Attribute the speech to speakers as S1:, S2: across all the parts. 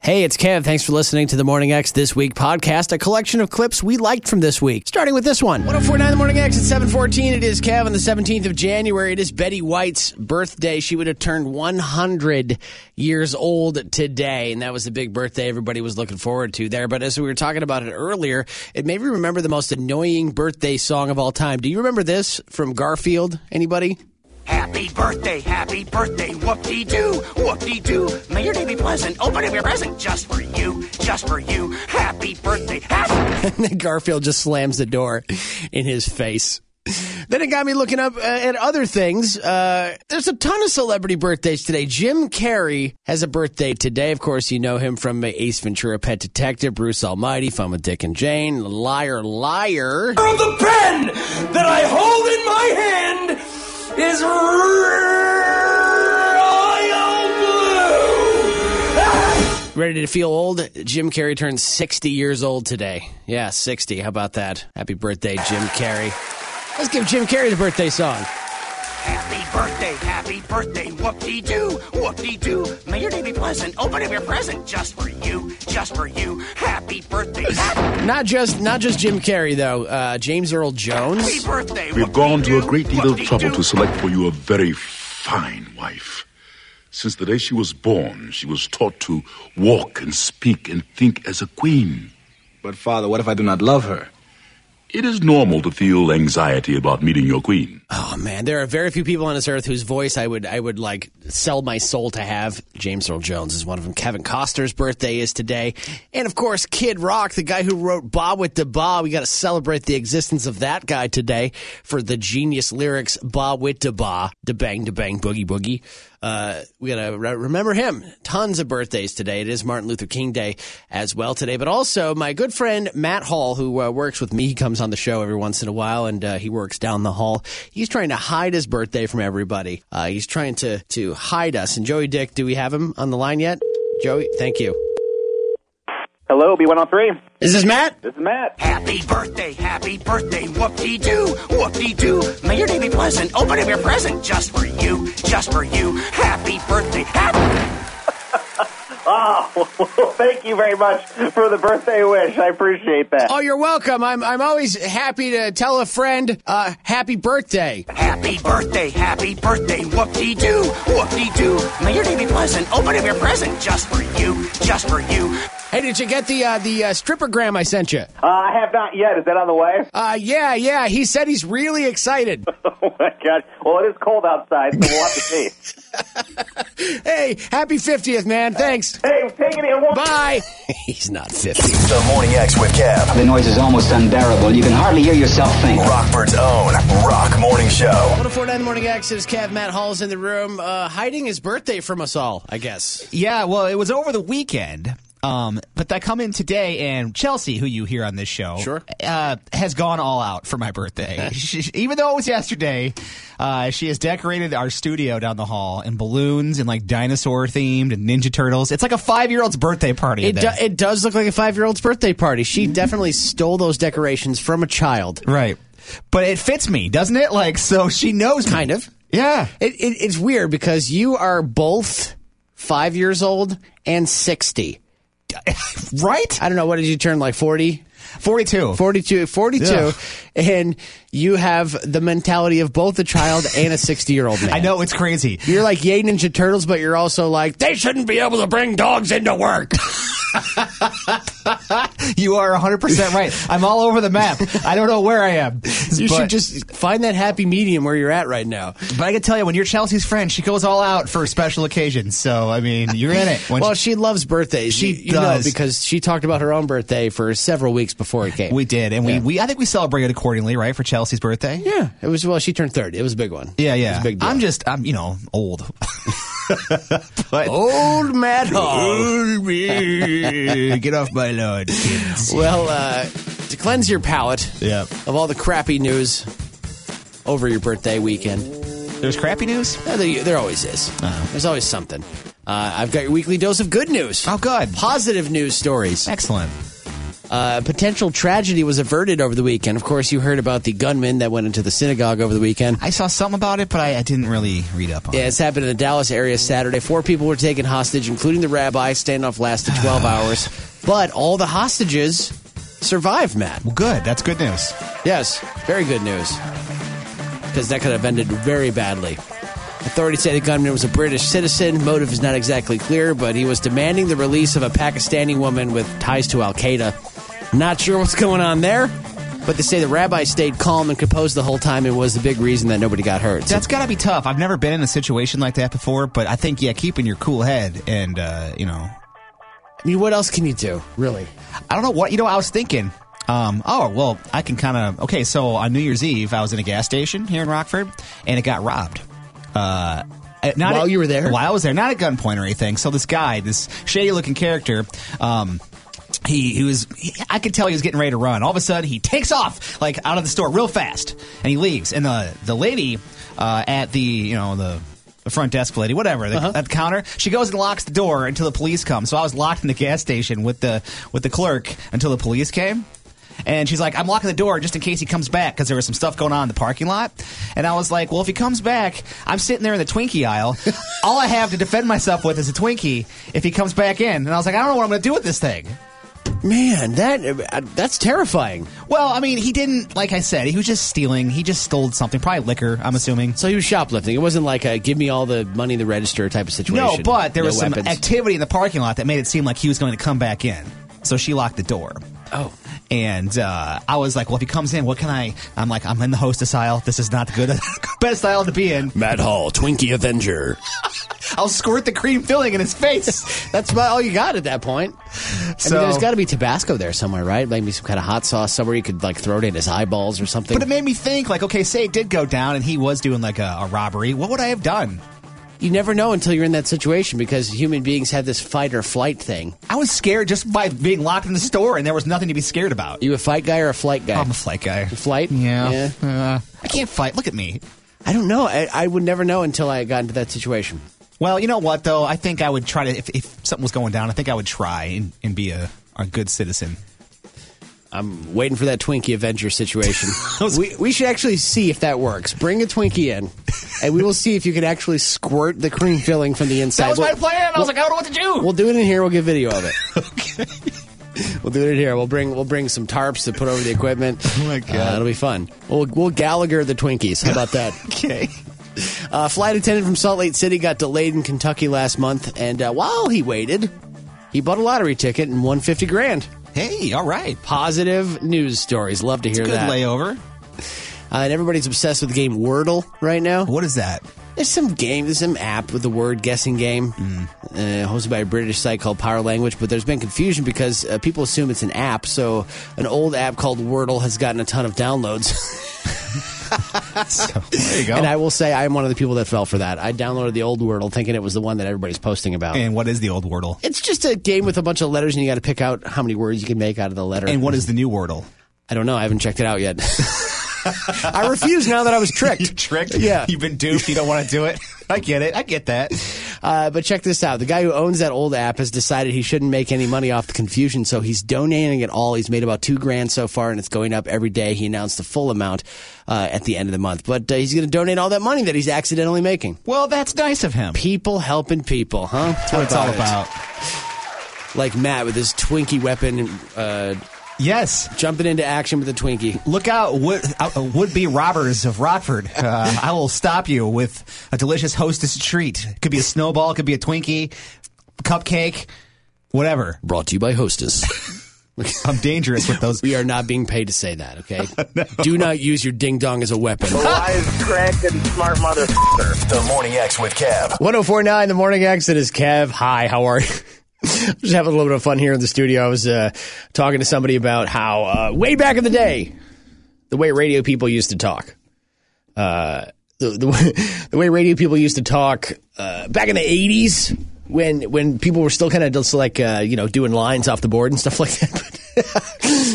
S1: Hey, it's Kev. Thanks for listening to the Morning X This Week podcast, a collection of clips we liked from this week, starting with this one. 1049 The Morning X at 714. It is Kev on the 17th of January. It is Betty White's birthday. She would have turned 100 years old today, and that was the big birthday everybody was looking forward to there. But as we were talking about it earlier, it made me remember the most annoying birthday song of all time. Do you remember this from Garfield? Anybody?
S2: Happy birthday, happy birthday, whoop-dee-doo, whoop-dee-doo. May your day be pleasant, open up your present just for you, just for you. Happy birthday, happy...
S1: and then Garfield just slams the door in his face. Then it got me looking up uh, at other things. Uh, there's a ton of celebrity birthdays today. Jim Carrey has a birthday today. Of course, you know him from Ace Ventura, Pet Detective, Bruce Almighty, Fun with Dick and Jane, Liar, Liar.
S3: of the pen that I hold in my hand is royal blue.
S1: Ready to feel old? Jim Carrey turns 60 years old today. Yeah, 60. How about that? Happy birthday, Jim Carrey. Let's give Jim Carrey the birthday song.
S2: Happy birthday, happy birthday, whoop-dee-doo, whoop-dee-doo. May your day be pleasant, open up your present just for you, just for you. Happy birthday, happy,
S1: Not just not just Jim Carrey though. Uh, James Earl
S2: happy
S1: Jones.
S2: birthday,
S4: We've gone to a
S2: whoop-dee-doo,
S4: great deal of trouble
S2: whoop-dee-doo.
S4: to select for you a very fine wife. Since the day she was born, she was taught to walk and speak and think as a queen.
S3: But, Father, what if I do not love her?
S4: It is normal to feel anxiety about meeting your queen.
S1: Oh man, there are very few people on this earth whose voice I would I would like sell my soul to have. James Earl Jones is one of them. Kevin Costner's birthday is today, and of course Kid Rock, the guy who wrote "Bob with the Bob." We got to celebrate the existence of that guy today for the genius lyrics "Bob with the Bob," "Da bang, da bang, boogie boogie." Uh, we gotta re- remember him. Tons of birthdays today. It is Martin Luther King Day as well today, but also my good friend Matt Hall, who uh, works with me. He comes on the show every once in a while, and uh, he works down the hall. He's trying to hide his birthday from everybody. Uh, he's trying to to hide us. And Joey Dick, do we have him on the line yet? Joey, thank you.
S5: Hello, B103.
S1: Is this Matt?
S5: This is Matt.
S2: Happy birthday, happy birthday, whoop-dee-doo, whoop-dee-doo. May your day be pleasant, open up your present just for you, just for you. Happy birthday, happy...
S5: Oh, thank you very much for the birthday wish. I appreciate that.
S1: Oh, you're welcome. I'm I'm always happy to tell a friend uh, happy birthday.
S2: Happy birthday, happy birthday, whoop-dee-doo, whoop-dee-doo. May your day be pleasant, open up your present just for you, just for you.
S1: Hey, did you get the uh, the uh, strippergram I sent you?
S5: Uh, I have not yet. Is that on the way?
S1: Uh, yeah, yeah. He said he's really excited.
S5: Oh, my God. Well, it is cold outside, so we'll have to see.
S1: hey, happy 50th, man. Thanks.
S5: Hey, take it in.
S1: Bye. He's not 50.
S6: The Morning X with Kev.
S7: The noise is almost unbearable. You can hardly hear yourself think.
S6: Rockford's own Rock Morning Show.
S1: 1049 The oh Morning X is Kev. Matt Hall's in the room, uh, hiding his birthday from us all, I guess.
S8: Yeah, well, it was over the weekend. Um, but I come in today, and Chelsea, who you hear on this show,
S1: Sure.
S8: uh, has gone all out for my birthday. she, even though it was yesterday, uh, she has decorated our studio down the hall in balloons and like dinosaur themed and Ninja Turtles. It's like a five year old's birthday party.
S1: It,
S8: in
S1: do,
S8: there.
S1: it does look like a five year old's birthday party. She definitely stole those decorations from a child.
S8: Mm-hmm. right, but it fits me, doesn't it? Like, so she knows me.
S1: Kind of.
S8: Yeah,
S1: It, it, it's weird because you are both five years old and 60.
S8: right.
S1: I don't know. What did you turn like 40?
S8: Forty two.
S1: 42, 42
S8: Yeah.
S1: and you have the mentality of both a child and a 60 year old man.
S8: I know it's crazy.
S1: You're like Yay Ninja Turtles, but you're also like, they shouldn't be able to bring dogs into work.
S8: You are 100% right. I'm all over the map. I don't know where I am.
S1: You
S8: But-
S1: should just find that happy medium where you're at right now.
S8: But I can tell you, when you're Chelsea's friend, she goes all out for special occasions. So I mean, you're in it. When
S1: Well, she loves birthdays.
S8: She
S1: you, you know,
S8: does.
S1: because she talked about her own birthday for several weeks before it came.
S8: we did, and
S1: Yeah.
S8: we, we I think we celebrated accordingly, right, for Chelsea's birthday.
S1: Yeah, it was well. She turned thirty. It was a big one.
S8: yeah,
S1: It was
S8: yeah.
S1: a big deal.
S8: I'm just, I'm you know, old. but
S1: old Matt Hall.
S8: get off my lawn, kids.
S1: well, uh, to cleanse your palate
S8: Yeah.
S1: of all the crappy news over your birthday weekend,
S8: There's crappy news. Uh-huh.
S1: Uh, There, there always is. There's always something. Uh, I've got your weekly dose of good news.
S8: Oh, good.
S1: Positive news stories.
S8: Excellent.
S1: Uh, potential tragedy was averted over the weekend. Of course, you heard about the gunman that went into the synagogue over the weekend.
S8: I saw something about it, but I, I didn't really read up on
S1: Yeah,
S8: it.
S1: it's happened in the Dallas area Saturday. Four people were taken hostage, including the rabbi. Standoff lasted 12 hours, but all the hostages survived, Matt.
S8: Well, good. That's good news.
S1: Yes, very good news. Because that could have ended very badly. Authorities say the gunman was a British citizen. Motive is not exactly clear, but he was demanding the release of a Pakistani woman with ties to Al Qaeda. Not sure what's going on there, but they say the rabbi stayed calm and composed the whole time and was the big reason that nobody got hurt. So
S8: That's got to be tough. I've never been in a situation like that before, but I think yeah, keeping your cool head and uh, you know,
S1: I mean, what else can you do, really?
S8: I don't know what you know. I was thinking, um, oh well, I can kind of okay. So on New Year's Eve, I was in a gas station here in Rockford, and it got robbed. Uh, uh, not
S1: While
S8: at-
S1: you were there?
S8: while I was there, not at gunpoint or anything. So this guy, this shady looking character, um, he he was he, I could tell he was getting ready to run. All of a sudden, he takes off like out of the store real fast, and he leaves. And the the lady uh, at the you know the. The front desk lady, whatever, the, at the counter. She goes and locks the door until the police come. So I was locked in the gas station with the with the clerk until the police came. And she's like, I'm locking the door just in case he comes back because there was some stuff going on in the parking lot. And I was like, well, if he comes back, I'm sitting there in the Twinkie aisle. All I have to defend myself with is a Twinkie if he comes back in. And I was like, I don't know what I'm going to do with this thing.
S1: Man, that uh, that's terrifying.
S8: Well, I mean, he didn't, like I said, he was just stealing. He just stole something, probably liquor, I'm assuming.
S1: So he was shoplifting. It wasn't like a give me all the money in the register type of situation.
S8: No, but there
S1: No
S8: was some
S1: weapons.
S8: activity in the parking lot that made it seem like he was going to come back in. So she locked the door.
S1: Oh.
S8: And uh, I was like, well, if he comes in, what can I? I'm like, I'm in the hostess aisle. This is not the good, best aisle to be in.
S1: Matt Hall, Twinkie Avenger.
S8: I'll squirt the cream filling in his face.
S1: That's about all you got at that point. I
S8: So-
S1: mean, there's got to be Tabasco there somewhere, right? Maybe some kind of hot sauce somewhere you could like throw it in his eyeballs or something.
S8: But it made me think, like, okay, say it did go down and he was doing like a, a robbery. What would I have done?
S1: you never know until you're in that situation because human beings have this fight or flight thing.
S8: I was scared just by being locked in the store and there was nothing to be scared about.
S1: Are you a fight guy or a flight guy?
S8: I'm a flight guy.
S1: flight?
S8: Yeah.
S1: Yeah.
S8: Uh, I can't fight. Look at me.
S1: I don't know. I, I would never know until I got into that situation.
S8: Well, you know what though? I think I would try to if, if something was going down. I think I would try and, and be a, a good citizen.
S1: I'm waiting for that Twinkie Avenger situation. we, we should actually see if that works. Bring a Twinkie in, and we will see if you can actually squirt the cream filling from the inside.
S8: That was
S1: We'll-
S8: my plan. I was like, I don't know what to do.
S1: We'll do it in here. We'll get video of it. We'll do it in here. We'll bring we'll bring some tarps to put over the equipment.
S8: Oh, my God.
S1: Uh, it'll be fun. We'll we'll Gallagher the Twinkies. How about that?
S8: okay.
S1: Uh, flight attendant from Salt Lake City got delayed in Kentucky last month, and uh, while he waited, he bought a lottery ticket and won fifty grand.
S8: Hey, all right.
S1: Positive news stories. Love to hear
S8: Good
S1: that.
S8: layover.
S1: Uh, and everybody's obsessed with the game Wordle right now.
S8: What is that?
S1: There's some game, there's some app with the word guessing game,
S8: Hmm.
S1: uh, hosted by a British site called Power Language. But there's been confusion because uh, people assume it's an app. So an old app called Wordle has gotten a ton of downloads.
S8: So, there you go.
S1: and I will say I am one of the people that fell for that. I downloaded the old Wordle thinking it was the one that everybody's posting about.
S8: and what is the old Wordle?
S1: it's just a game with a bunch of letters, and you got to pick out how many words you can make out of the letter.
S8: And what is the new Wordle?
S1: I don't know. I haven't checked it out yet. I refuse now that I was tricked.
S8: You tricked.
S1: Yeah.
S8: You've been duped. You don't want to do it. I get it. I get that.
S1: Uh, but check this out. The guy who owns that old app has decided he shouldn't make any money off the confusion, so he's donating it all. He's made about two grand so far, and it's going up every day. He announced the full amount uh, at the end of the month, but uh, he's going to donate all that money that he's accidentally making.
S8: Well, that's nice of him.
S1: People helping people, huh?
S8: That's what it's all
S1: it?
S8: about.
S1: Like Matt with his Twinkie weapon, uh,
S8: Yes.
S1: jumping into action with a Twinkie.
S8: Look out, would, uh, would-be robbers of Rockford. Uh, I will stop you with a delicious hostess treat. Could be a snowball, could be a Twinkie, cupcake, whatever.
S1: Brought to you by Hostess.
S8: I'm dangerous with those.
S1: We are not being paid to say that, okay? Do not use your ding dong as a weapon.
S5: Wise, crack, and smart motherfucker.
S6: The Morning X with Kev.
S1: 1049 The Morning Exit is Kev. Hi, how are you? Just having a little bit of fun here in the studio. I was uh, talking to somebody about how uh, way back in the day, the way radio people used to talk, uh, the, the, way, the way radio people used to talk uh, back in the 80s when when people were still kind of just like, uh, you know, doing lines off the board and stuff like that.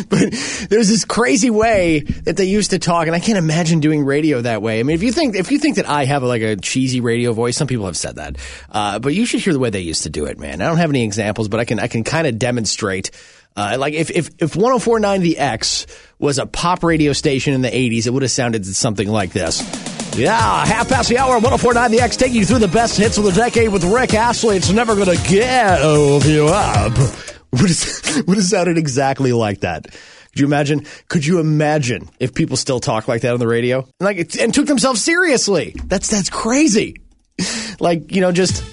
S1: but there's this crazy way that they used to talk, and I can't imagine doing radio that way. I mean, if you think if you think that I have like a cheesy radio voice, some people have said that, uh, but you should hear the way they used to do it, man. I don't have any examples, but I can I can kind of demonstrate. Uh, like if if if 104.9 The X was a pop radio station in the 80s, it would have sounded something like this. Yeah, half past the hour, 1049 The X, taking you through the best hits of the decade with Rick Astley. It's never going to get over you up. Would have, would have sounded exactly like that. Could you imagine? Could you imagine if people still talk like that on the radio? Like, it- and took themselves seriously. That's, that's crazy. Like, you know, just,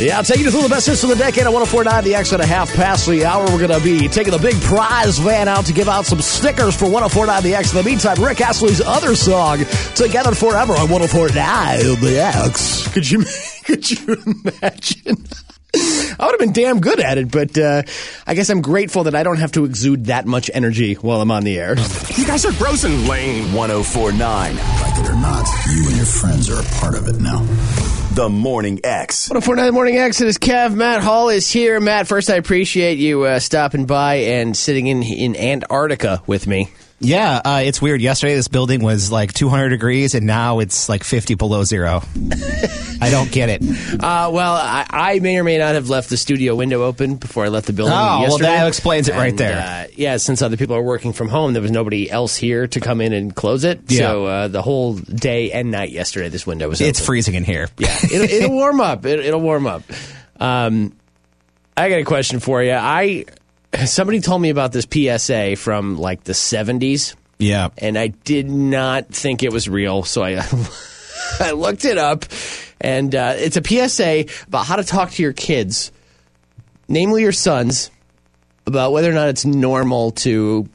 S1: yeah, I'll take you through the best hits of the decade on 1049 The X at a half past the hour. We're going to be taking the big prize van out to give out some stickers for 1049 The X. In the meantime, Rick Astley's other song, Together Forever on 1049 The X. Could you, could you imagine? I would have been damn good at it, but uh, I guess I'm grateful that I don't have to exude that much energy while I'm on the air.
S9: You guys are gross and lame.
S6: 1049.
S10: Like it or not, you and your friends are a part of it now.
S6: The Morning X.
S1: 1049 Morning Exodus, Kev, Matt Hall is here. Matt, first, I appreciate you uh, stopping by and sitting in, in Antarctica with me.
S8: Yeah, uh, it's weird. Yesterday, this building was like 200 degrees, and now it's like 50 below zero. I don't get it.
S1: Uh, well, I, I may or may not have left the studio window open before I left the building.
S8: Oh, well,
S1: yesterday.
S8: that explains it right
S1: And,
S8: there.
S1: Uh, yeah, since other people are working from home, there was nobody else here to come in and close it.
S8: Yeah.
S1: So uh, the whole day and night yesterday, this window was
S8: It's
S1: open.
S8: freezing in here.
S1: Yeah, it'll, it'll warm up. It, it'll warm up. Um, I got a question for you. I somebody told me about this PSA from like the '70s,
S8: Yeah.
S1: and I did not think it was real, so I I looked it up, and uh, it's a PSA about how to talk to your kids, namely your sons, about whether or not it's normal to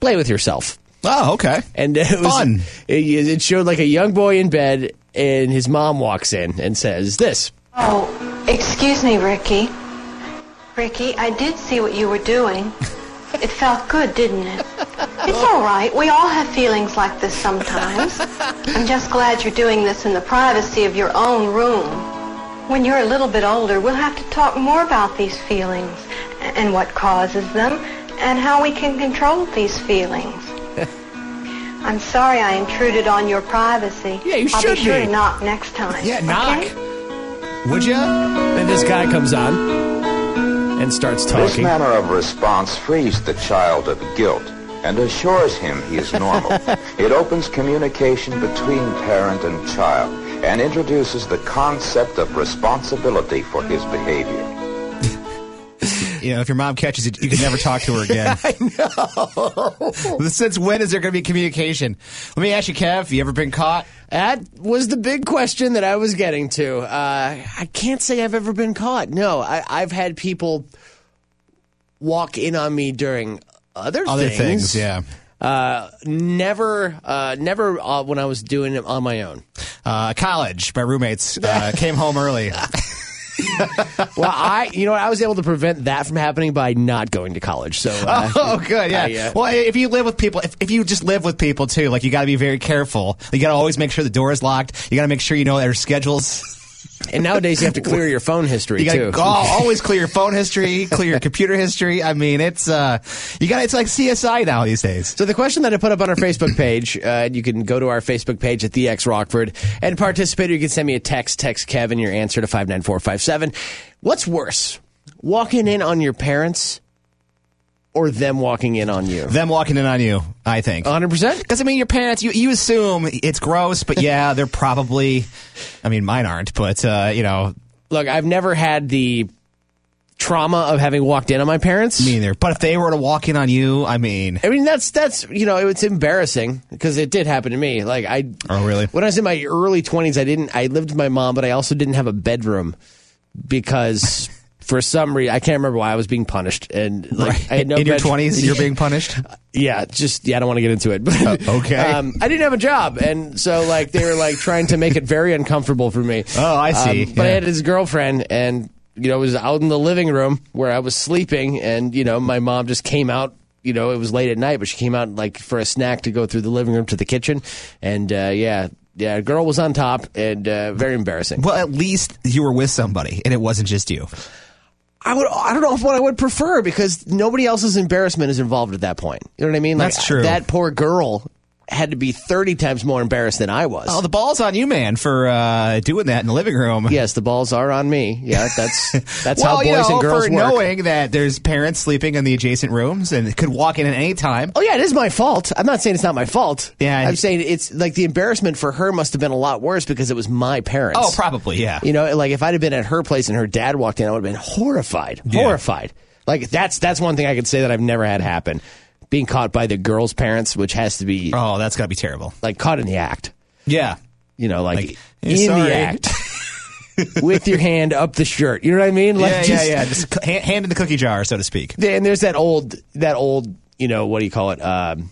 S1: play with yourself
S8: Oh, okay.
S1: and it was
S8: Fun.
S1: It, it showed like a young boy in bed, and his mom walks in and says, "This."
S11: Oh, excuse me, Ricky. Ricky, I did see what you were doing. It felt good, didn't it? It's all right. We all have feelings like this sometimes. I'm just glad you're doing this in the privacy of your own room. When you're a little bit older, we'll have to talk more about these feelings a- and what causes them and how we can control these feelings. I'm sorry I intruded on your privacy.
S1: Yeah, you
S11: I'll
S1: should
S11: be sure
S1: be.
S11: to knock next time.
S1: Yeah,
S11: okay?
S1: knock.
S8: Would you?
S1: Then this guy comes on and starts
S12: This
S1: talking.
S12: manner of response frees the child of guilt and assures him he is normal. it opens communication between parent and child and introduces the concept of responsibility for his behavior.
S8: You know, if your mom catches it, you can never talk to her again. I know. Since when is there going to be communication? Let me ask you, Kev, you ever been caught?
S1: That was the big question that I was getting to. Uh, I can't say I've ever been caught. No, I, I've had people walk in on me during other
S8: Other things,
S1: things
S8: yeah.
S1: Uh, never, uh, never uh, when I was doing it on my own.
S8: Uh, college, my roommates uh, came home early.
S1: well, I, you know, what, I was able to prevent that from happening by not going to college. So, uh,
S8: Oh, good. Yeah.
S1: I, uh,
S8: well, if you live with people, if, if you just live with people too, like you got to be very careful. You got to always make sure the door is locked. You got to make sure you know their schedules.
S1: and nowadays you have to clear your phone history
S8: You got to
S1: too.
S8: always clear your phone history, clear your computer history. I mean, it's uh, you got to it's like CSI now these days.
S1: So the question that I put up on our Facebook page, uh, you can go to our Facebook page at the X Rockford and participate. Or you can send me a text, text Kevin your answer to five nine four five seven. What's worse, walking in on your parents, or them walking in on you?
S8: Them walking in on you, I think.
S1: One hundred percent.
S8: Because I mean, your parents, you, you assume it's gross, but yeah, they're probably. I mean, mine aren't, but uh, you know,
S1: Look, I've never had the trauma of having walked in on my parents.
S8: me neither. But if they were to walk in on you, I mean,
S1: I mean, that's that's you know, it's embarrassing because it did happen to me. Like I,
S8: Oh, really?
S1: When I was in my early twenties, I didn't. I lived with my mom, but I also didn't have a bedroom because for some reason I can't remember why I was being punished. And like I had no
S8: in your
S1: bed-
S8: twenties, you're being punished.
S1: Uh, yeah, just yeah. I don't want to get into it, but um,
S8: Oh, okay.
S1: I didn't have a job, and so like they were like trying to make it very uncomfortable for me.
S8: Oh, I see.
S1: um, but I
S8: Yeah.
S1: had his girlfriend, and you know, it was out in the living room where I was sleeping, and you know, my mom just came out. You know, it was late at night, but she came out like for a snack to go through the living room to the kitchen, and uh, yeah, yeah, girl was on top, and uh, very embarrassing.
S8: Well, at least you were with somebody and it wasn't just you.
S1: I would. I don't know if what I would prefer because nobody else's embarrassment is involved at that point. You know what I mean?
S8: That's true.
S1: That poor girl had to be thirty times more embarrassed than I was.
S8: Oh, the ball's on you, man, for uh, doing that in the living room.
S1: Yes, the balls are on me. Yeah, that's that's
S8: well,
S1: how boys
S8: you know,
S1: and girls
S8: for
S1: work.
S8: knowing that there's parents sleeping in the adjacent rooms and could walk in at any time.
S1: Oh yeah, it is my fault. I'm not saying it's not my fault.
S8: Yeah,
S1: I'm saying it's like the embarrassment for her must have been a lot worse because it was my parents.
S8: Oh, probably, yeah.
S1: You know, like if I'd have been at her place and her dad walked in, I would have been horrified. Horrified. Like that's that's one thing I could say that I've never had happen. Being caught by the girl's parents, which has to be
S8: Oh, that's got to be terrible.
S1: Like caught in the act.
S8: Yeah.
S1: You know, like,
S8: "Hey,
S1: in
S8: sorry."
S1: the act. with your hand up the shirt. You know what I mean? Like
S8: yeah,
S1: just-
S8: yeah, yeah. Just c- hand, hand in the cookie jar, so to speak.
S1: and there's that old that old you know what do you call it um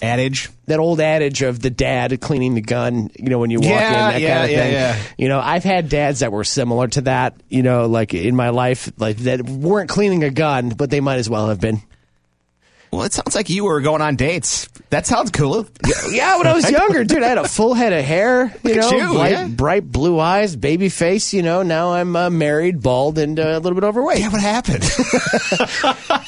S8: adage
S1: that old adage of the dad cleaning the gun you know when you walk
S8: Yeah,
S1: in that
S8: yeah,
S1: kind of
S8: yeah,
S1: thing
S8: yeah.
S1: you know i've had dads that were similar to that you know like in my life like that weren't cleaning a gun but they might as well have been
S8: Well, it sounds like you were going on dates. That sounds cool.
S1: yeah when i was younger dude i had a full head of hair you
S8: Look at
S1: know
S8: you,
S1: bright,
S8: yeah.
S1: bright blue eyes baby face you know now i'm uh, married bald and uh, a little bit overweight
S8: yeah what happened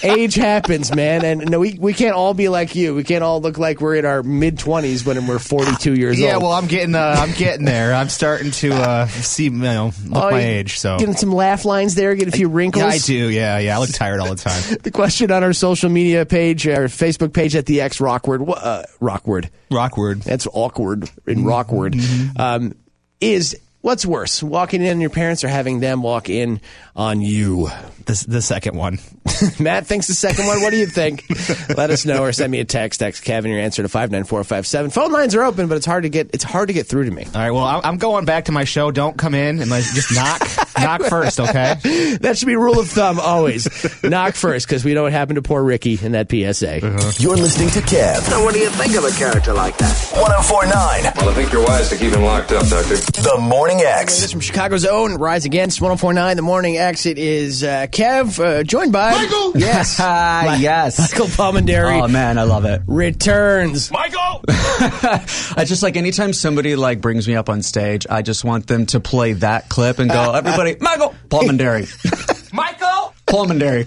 S1: age happens, man, and no, we we can't all be like you. We can't all look like we're in our mid twenties when we're forty two years
S8: yeah,
S1: old.
S8: well, I'm getting, uh, I'm getting there. I'm starting to uh, see, you know, look
S1: Oh,
S8: my
S1: you
S8: age. So
S1: getting some laugh lines there, get a few wrinkles.
S8: yeah, I do. Yeah, yeah. I look tired all the time.
S1: The question on our social media page, our Facebook page at the X Rockword, wha- uh, Rockword,
S8: Rockward. Mm-hmm.
S1: that's awkward in Rockword, um, is what's worse, walking in on your parents or having them walk in on you?
S8: The, the second one.
S1: Matt thinks the second one. What do you think? Let us know or send me a text. Text Kevin your answer to five nine four five seven. Phone lines are open, but it's hard to get it's hard to get through to me.
S8: All right. Well, I'm- I'm going back to my show. Oh, Don't come in and like, just knock, knock first. Okay.
S1: That should be rule of thumb always. Knock first because we know what happened to poor Ricky in that PSA.
S6: Uh-huh. You're listening to Kev
S2: So what do you think of a character like that?
S6: 1049,
S12: Well, I think you're wise to keep him locked up, Doctor.
S6: The Morning
S1: This is
S6: X.
S1: from Chicago's own Rise Against 1049 The Morning X. It is uh, Kev, uh, joined by Michael. Yes,
S13: Ah, yes.
S1: Michael Palmendary
S13: Oh man, I love it.
S1: returns.
S9: Michael!
S13: I just like anytime somebody like brings me up on stage, I just want them to play that clip and go, "Everybody, Michael Palmendary,
S9: Michael!
S13: Palmendary,"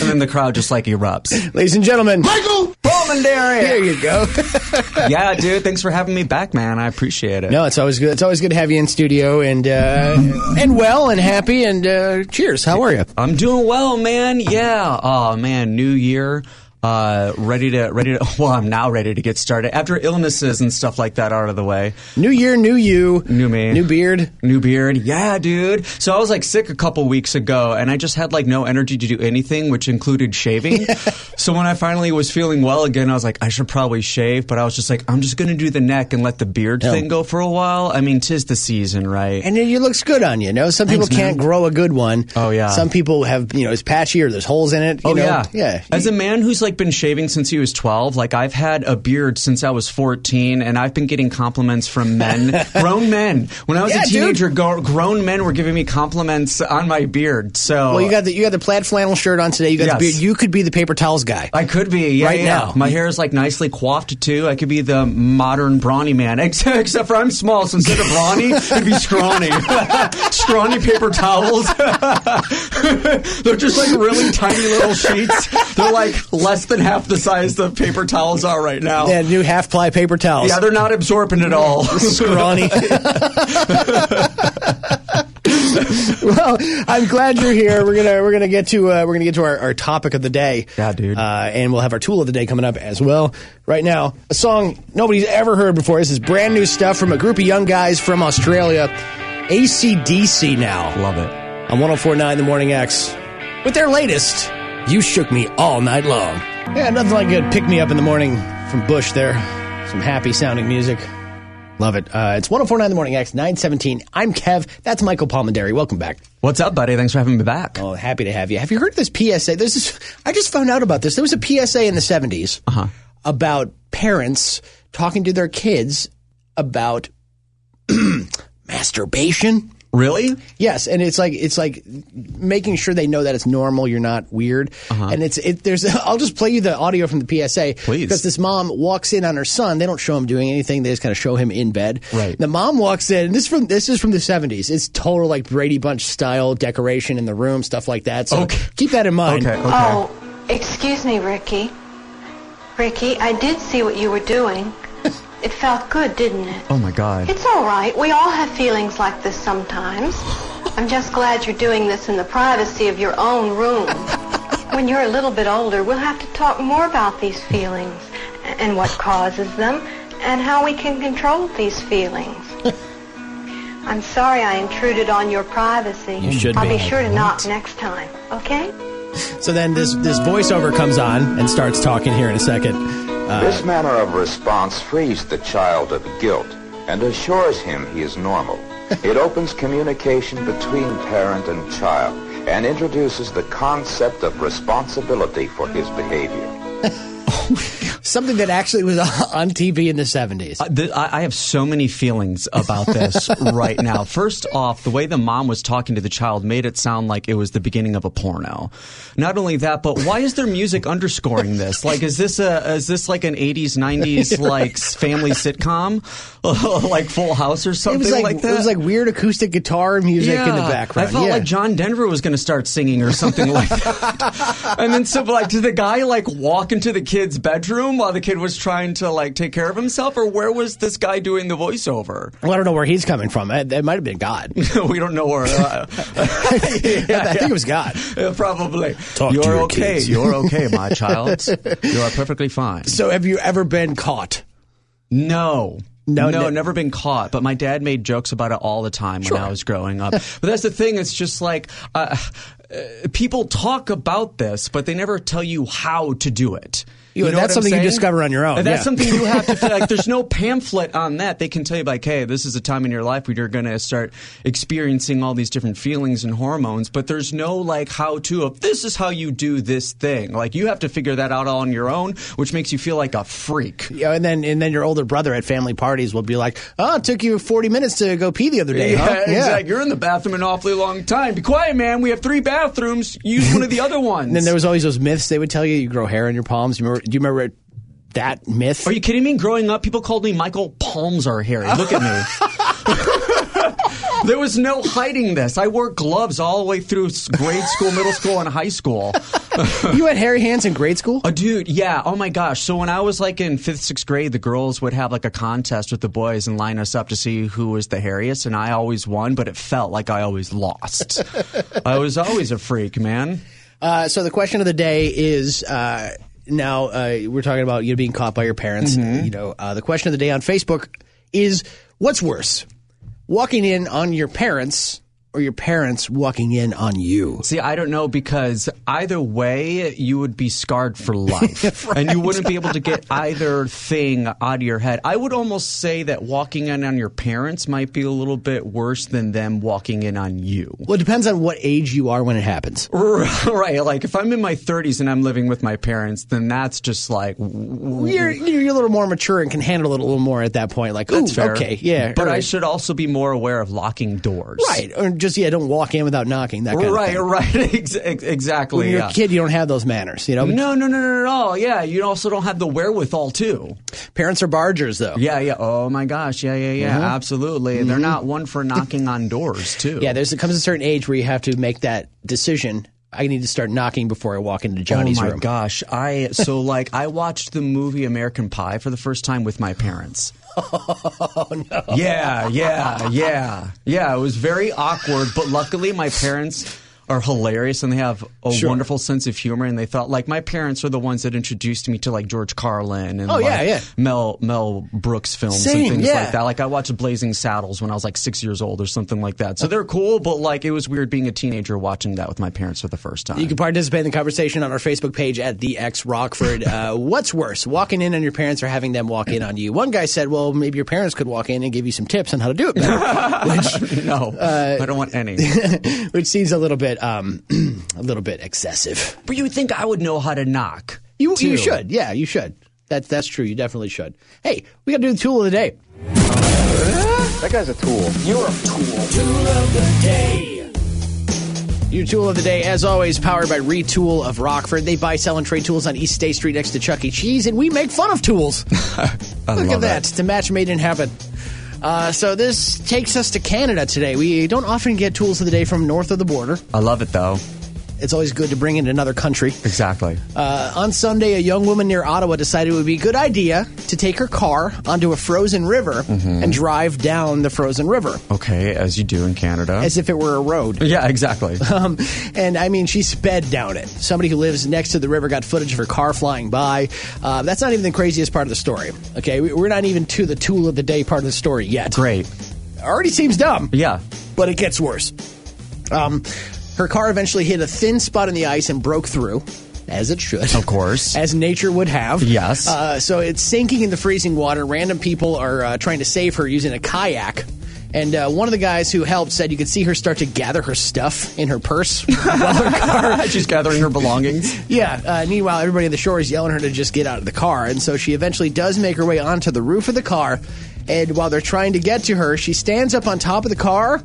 S13: and then the crowd just like erupts.
S1: Ladies and gentlemen,
S9: Michael!
S1: there
S13: Palmendary.
S1: you go.
S13: yeah, dude. Thanks for having me back, man. I appreciate it.
S1: no, it's always good. It's always good to have you in studio and uh, and well and happy and uh, cheers. How are you?
S13: I'm doing well, man. Yeah. Oh man, new year. Uh, ready to ready to. Well, I'm now ready to get started after illnesses and stuff like that are out of the way.
S1: New year, new you,
S13: New me.
S1: new beard.
S13: New beard. Yeah, dude. So I was like sick a couple weeks ago and I just had like no energy to do anything, which included shaving. so when I finally was feeling well again, I was like, I should probably shave, but I was just like, I'm just going to do the neck and let the beard
S1: Yeah.
S13: thing go for a while. I mean, tis the season, right?
S1: And it it looks good on you. you know, some people
S13: Thanks,
S1: can't
S13: man.
S1: grow a good one.
S13: Oh, yeah.
S1: Some people have you know it's patchy or there's holes in it. You
S13: Oh
S1: know?
S13: yeah,
S1: yeah.
S13: As a man who's like been shaving since he was twelve, like I've had a beard since I was fourteen, and I've been getting compliments from men, grown men. When I was
S1: Yeah,
S13: a
S1: dude.
S13: teenager, go- grown men were giving me compliments on my beard. So
S1: Well, you got the you got the plaid flannel shirt on today. You got the
S13: Oh. Yes.
S1: beard. You could be the paper towels guy.
S13: I could be yeah,
S1: Right
S13: yeah.
S1: now.
S13: My hair is like nicely coiffed too. I could be the modern brawny man, except, except for I'm small, so instead of brawny, it'd be scrawny. scrawny paper towels. They're just like really tiny little sheets. They're like less than half the size the paper towels are right now.
S1: yeah, new half ply paper towels.
S13: Yeah, they're not absorbent at all.
S1: scrawny. well, I'm glad you're here. We're gonna we're gonna get to uh, we're gonna get to our, our topic of the day.
S13: Yeah, dude.
S1: Uh, and we'll have our tool of the day coming up as well. Right now, a song nobody's ever heard before. This is brand new stuff from a group of young guys from Australia, ACDC. Now
S13: Love it.
S1: on 104.9 The Morning X with their latest. You shook me all night long. Yeah, nothing like a pick me up in the morning from Bush there. Some happy sounding music. Love it. Uh, it's 1049 The Morning X, 917. I'm Kev. That's Michael Palmendary. Welcome back.
S13: What's up, buddy? Thanks for having me back.
S1: Oh, happy to have you. Have you heard of this PSA? This is, I just found out about this. There was a PSA in the 70s
S13: Uh-huh.
S1: about parents talking to their kids about masturbation.
S13: Really?
S1: Yes, and it's like it's like making sure they know that it's normal. You're not weird. And it's it. There's. I'll just play you the audio from the PSA.
S13: Please.
S1: Because this mom walks in on her son. They don't show him doing anything. They just kind of show him in bed. Right. The mom walks in. And this from this is from the 70s. It's total like Brady Bunch style decoration in the room, stuff like that. So keep that in mind. Okay.
S11: Oh, excuse me, Ricky. Ricky, I did see what you were doing. It felt good, didn't it?
S13: Oh my God.
S11: It's all right. We all have feelings like this sometimes. I'm just glad you're doing this in the privacy of your own room. When you're a little bit older, we'll have to talk more about these feelings a- and what causes them and how we can control these feelings. I'm sorry I intruded on your privacy.
S1: You should
S11: I'll
S1: be.
S11: be, sure to knock next time, okay?
S1: So then this this voiceover comes on and starts talking here in a second. Ah. Uh,
S12: this manner of response frees the child of guilt and assures him he is normal. it opens communication between parent and child and introduces the concept of responsibility for his behavior.
S1: Something that actually was on TV in the 70s.
S13: Uh, th- I I have so many feelings about this right now. First off, the way the mom was talking to the child made it sound like it was the beginning of a porno. Not only that, but why is there music underscoring this? Like, is this a is this like an eighties nineties like s- family sitcom, like Full House or
S1: It
S13: something
S1: was like,
S13: that?
S1: it was like weird acoustic guitar music in the
S13: Yeah.
S1: background.
S13: I felt
S1: yeah.
S13: like John Denver was going to start singing or something like that. and then so like did the guy like walk into the kid's bedroom while the kid was trying to like take care of himself or where was this guy doing the voiceover?
S1: Well, I don't know where he's coming from. It, it might have been God.
S13: we don't know where. Uh,
S1: I think it was God.
S13: Yeah, probably.
S1: Talk to
S13: You're
S1: your
S13: okay.
S1: kids.
S13: You're okay, my child. You are perfectly fine.
S1: So, have you ever been caught?
S13: No.
S1: No,
S13: No,
S1: no-
S13: never been caught. But my dad made jokes about it all the time when I was growing up. but that's the thing. It's just like uh, uh, people talk about this, but they never tell you how to do it.
S1: You-
S13: know
S1: that's
S13: what I'm
S1: something you
S13: saying?
S1: discover on your own,
S13: And That's
S1: yeah.
S13: something you have to feel like. There's no pamphlet on that. They can tell you like, hey, this is a time in your life where you're going to start experiencing all these different feelings and hormones. But there's no like how to of this is how you do this thing. Like you have to figure that out on your own, which makes you feel like a freak.
S1: You know, and then and then your older brother at family parties will be like, "Oh, it took you 40 minutes to go pee the other day."
S13: Yeah,
S1: huh?
S13: exactly. You're in the bathroom an awfully long time. Be quiet, man. We have three bathrooms. Use one of the other ones.
S1: And then there was always those myths they would tell you: you grow hair on your palms. You remember, do you remember that myth?
S13: Are you kidding me? Growing up, people called me Michael Palms are hairy. Look at me. there was no hiding this. I wore gloves all the way through s- grade school, middle school, and high school.
S1: you had hairy hands in grade school?
S13: Uh, dude, yeah. Oh my gosh. So when I was like in fifth, sixth grade, the girls would have like a contest with the boys and line us up to see who was the hairiest, and I always won, but it felt like I always lost. I was always a freak, man.
S1: Uh, so the question of the day is uh, now uh, we're talking about you being caught by your parents.
S13: Mm-hmm.
S1: You know, uh, the question of the day on Facebook is: What's worse, walking in on your parents or your parents walking in on you?
S13: See, I don't know because either way, you would be scarred for life. And you wouldn't be able to get either thing out of your head. I would almost say that walking in on your parents might be a little bit worse than them walking in on you.
S1: Well, it depends on what age you are when it happens.
S13: Right. Like if I'm in my 30s and I'm living with my parents, then that's just like.
S1: You're you're a little more mature and can handle it a little more at that point. Like,
S13: That's
S1: ooh,
S13: fair.
S1: okay, yeah,
S13: But I
S1: alright.
S13: should also be more aware of locking doors.
S1: right or just yeah, don't walk in without knocking. That kind
S13: Right,
S1: of thing.
S13: right. Ex- ex- exactly.
S1: When you're
S13: yeah.
S1: a kid, you don't have those manners. You know,
S13: No, no, no, no, no. Yeah, you also don't have the wherewithal too.
S1: parents are bargers though. Mm-hmm.
S13: Yeah, yeah. Oh my gosh. Yeah, yeah, yeah. Absolutely. They're not one for knocking on doors too.
S1: Yeah, there's it comes a certain age where you have to make that decision. I need to start knocking before I walk into
S13: Oh
S1: Johnny's
S13: my
S1: room.
S13: gosh. I so like I watched the movie American Pie for the first time with my parents. oh no. Yeah, yeah, yeah. Yeah, it was very awkward, but luckily my parents are hilarious and they have a
S1: Sure.
S13: wonderful sense of humor and they thought like my parents are the ones that introduced me to like George Carlin and
S1: Oh,
S13: like,
S1: yeah, yeah.
S13: Mel Mel Brooks films
S1: Same,
S13: and things
S1: yeah.
S13: like that. Like I watched Blazing Saddles when I was like 6 years old or something like that. So they're cool, but like it was weird being a teenager watching that with my parents for the first time.
S1: You can participate in the conversation on our Facebook page at the X Rockford. Uh, what's worse, walking in on your parents or having them walk in on you? One guy said, "Well, maybe your parents could walk in and give you some tips on how to do it better," which, uh,
S13: no, I don't want any.
S1: which seems a little bit um, a little bit excessive.
S13: but you would think I would know how to knock.
S1: You you
S13: too.
S1: should, yeah, you should. That's that's true. You definitely should. Hey, we got to do the tool of the day.
S14: That guy's a tool. You're a tool.
S1: Your tool of the day, as always, powered by Retool of Rockford. They buy, sell, and trade tools on East State Street next to Chuck E. Cheese, and we make fun of tools. Look at
S13: love
S1: that.
S13: that.
S1: It's a match made in heaven. Uh, so this takes us to Canada today. We don't often get tools of the day from north of the border.
S13: I love it though.
S1: It's always good to bring in another country.
S13: Exactly.
S1: Uh, on Sunday, a young woman near Ottawa decided it would be a good idea to take her car onto a frozen river
S13: Mhm.
S1: and drive down the frozen river
S13: Okay, as you do in Canada.
S1: as if it were a road.
S13: Oh. yeah, exactly.
S1: Um, and I mean, she sped down it. Somebody who lives next to the river got footage of her car flying by. Uh, that's not even the craziest part of the story. Okay, We- we're not even to the tool of the day part of the story yet.
S13: Great.
S1: Already seems dumb.
S13: Yeah.
S1: But it gets worse. Um, her car eventually hit a thin spot in the ice and broke through. As it should. Of
S13: course.
S1: As nature would have.
S13: Yes.
S1: Uh, so it's sinking in the freezing water. Random people are uh, trying to save her using a kayak. And uh, one of the guys who helped said you could see her start to gather her stuff in her purse while her car.
S13: She's gathering her belongings.
S1: Yeah. Uh, meanwhile, everybody on the shore is yelling at her to just get out of the car, and so she eventually does make her way onto the roof of the car. And while they're trying to get to her, she stands up on top of the car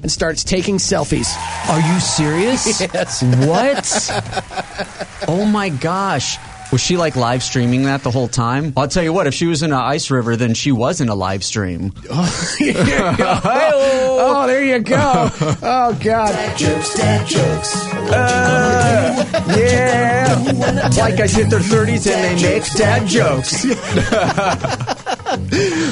S1: and starts taking selfies.
S13: Are you serious?
S1: Yes.
S13: What? oh my gosh. Was she like live streaming that the whole time? I'll tell you what, if she was in an ice river, then she was in a live stream.
S1: oh, there you go. Oh, God. Dad
S10: jokes, dad jokes.
S13: yeah. Like guys hit their 30s and they make dad jokes.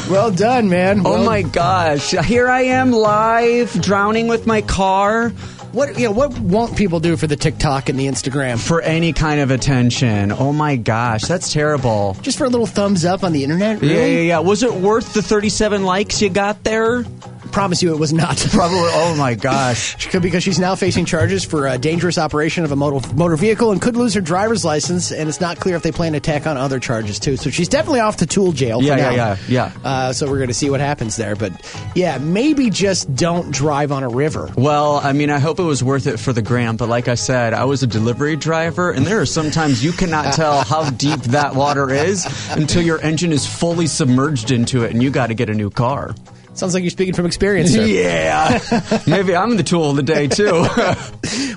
S1: well done, man.
S13: oh my gosh. Here I am live, drowning with my car.
S1: What you know, what won't people do for the TikTok and the Instagram?
S13: For any kind of attention. Oh my gosh, that's terrible.
S1: Just for a little thumbs up on the internet, really?
S13: Yeah, yeah, yeah. Was it worth the 37 likes you got there?
S1: Promise you it was not.
S13: Probably. Oh my gosh.
S1: She could- Because she's now facing charges for a dangerous operation of a motor, motor vehicle and could lose her driver's license. And it's not clear if they plan to tack on other charges too. So she's definitely off to tool jail.
S13: Yeah,
S1: for
S13: yeah,
S1: now.
S13: yeah, yeah.
S1: Uh, so we're going to see what happens there. But yeah, maybe just don't drive on a river.
S13: Well, I mean, I hope it was worth it for the gram, but like I said, I was a delivery driver, and there are sometimes you cannot tell how deep that water is until your engine is fully submerged into it and you got to get a new car.
S1: Sounds like you're speaking from experience. Sir.
S13: Yeah. Maybe I'm the tool of the day, too.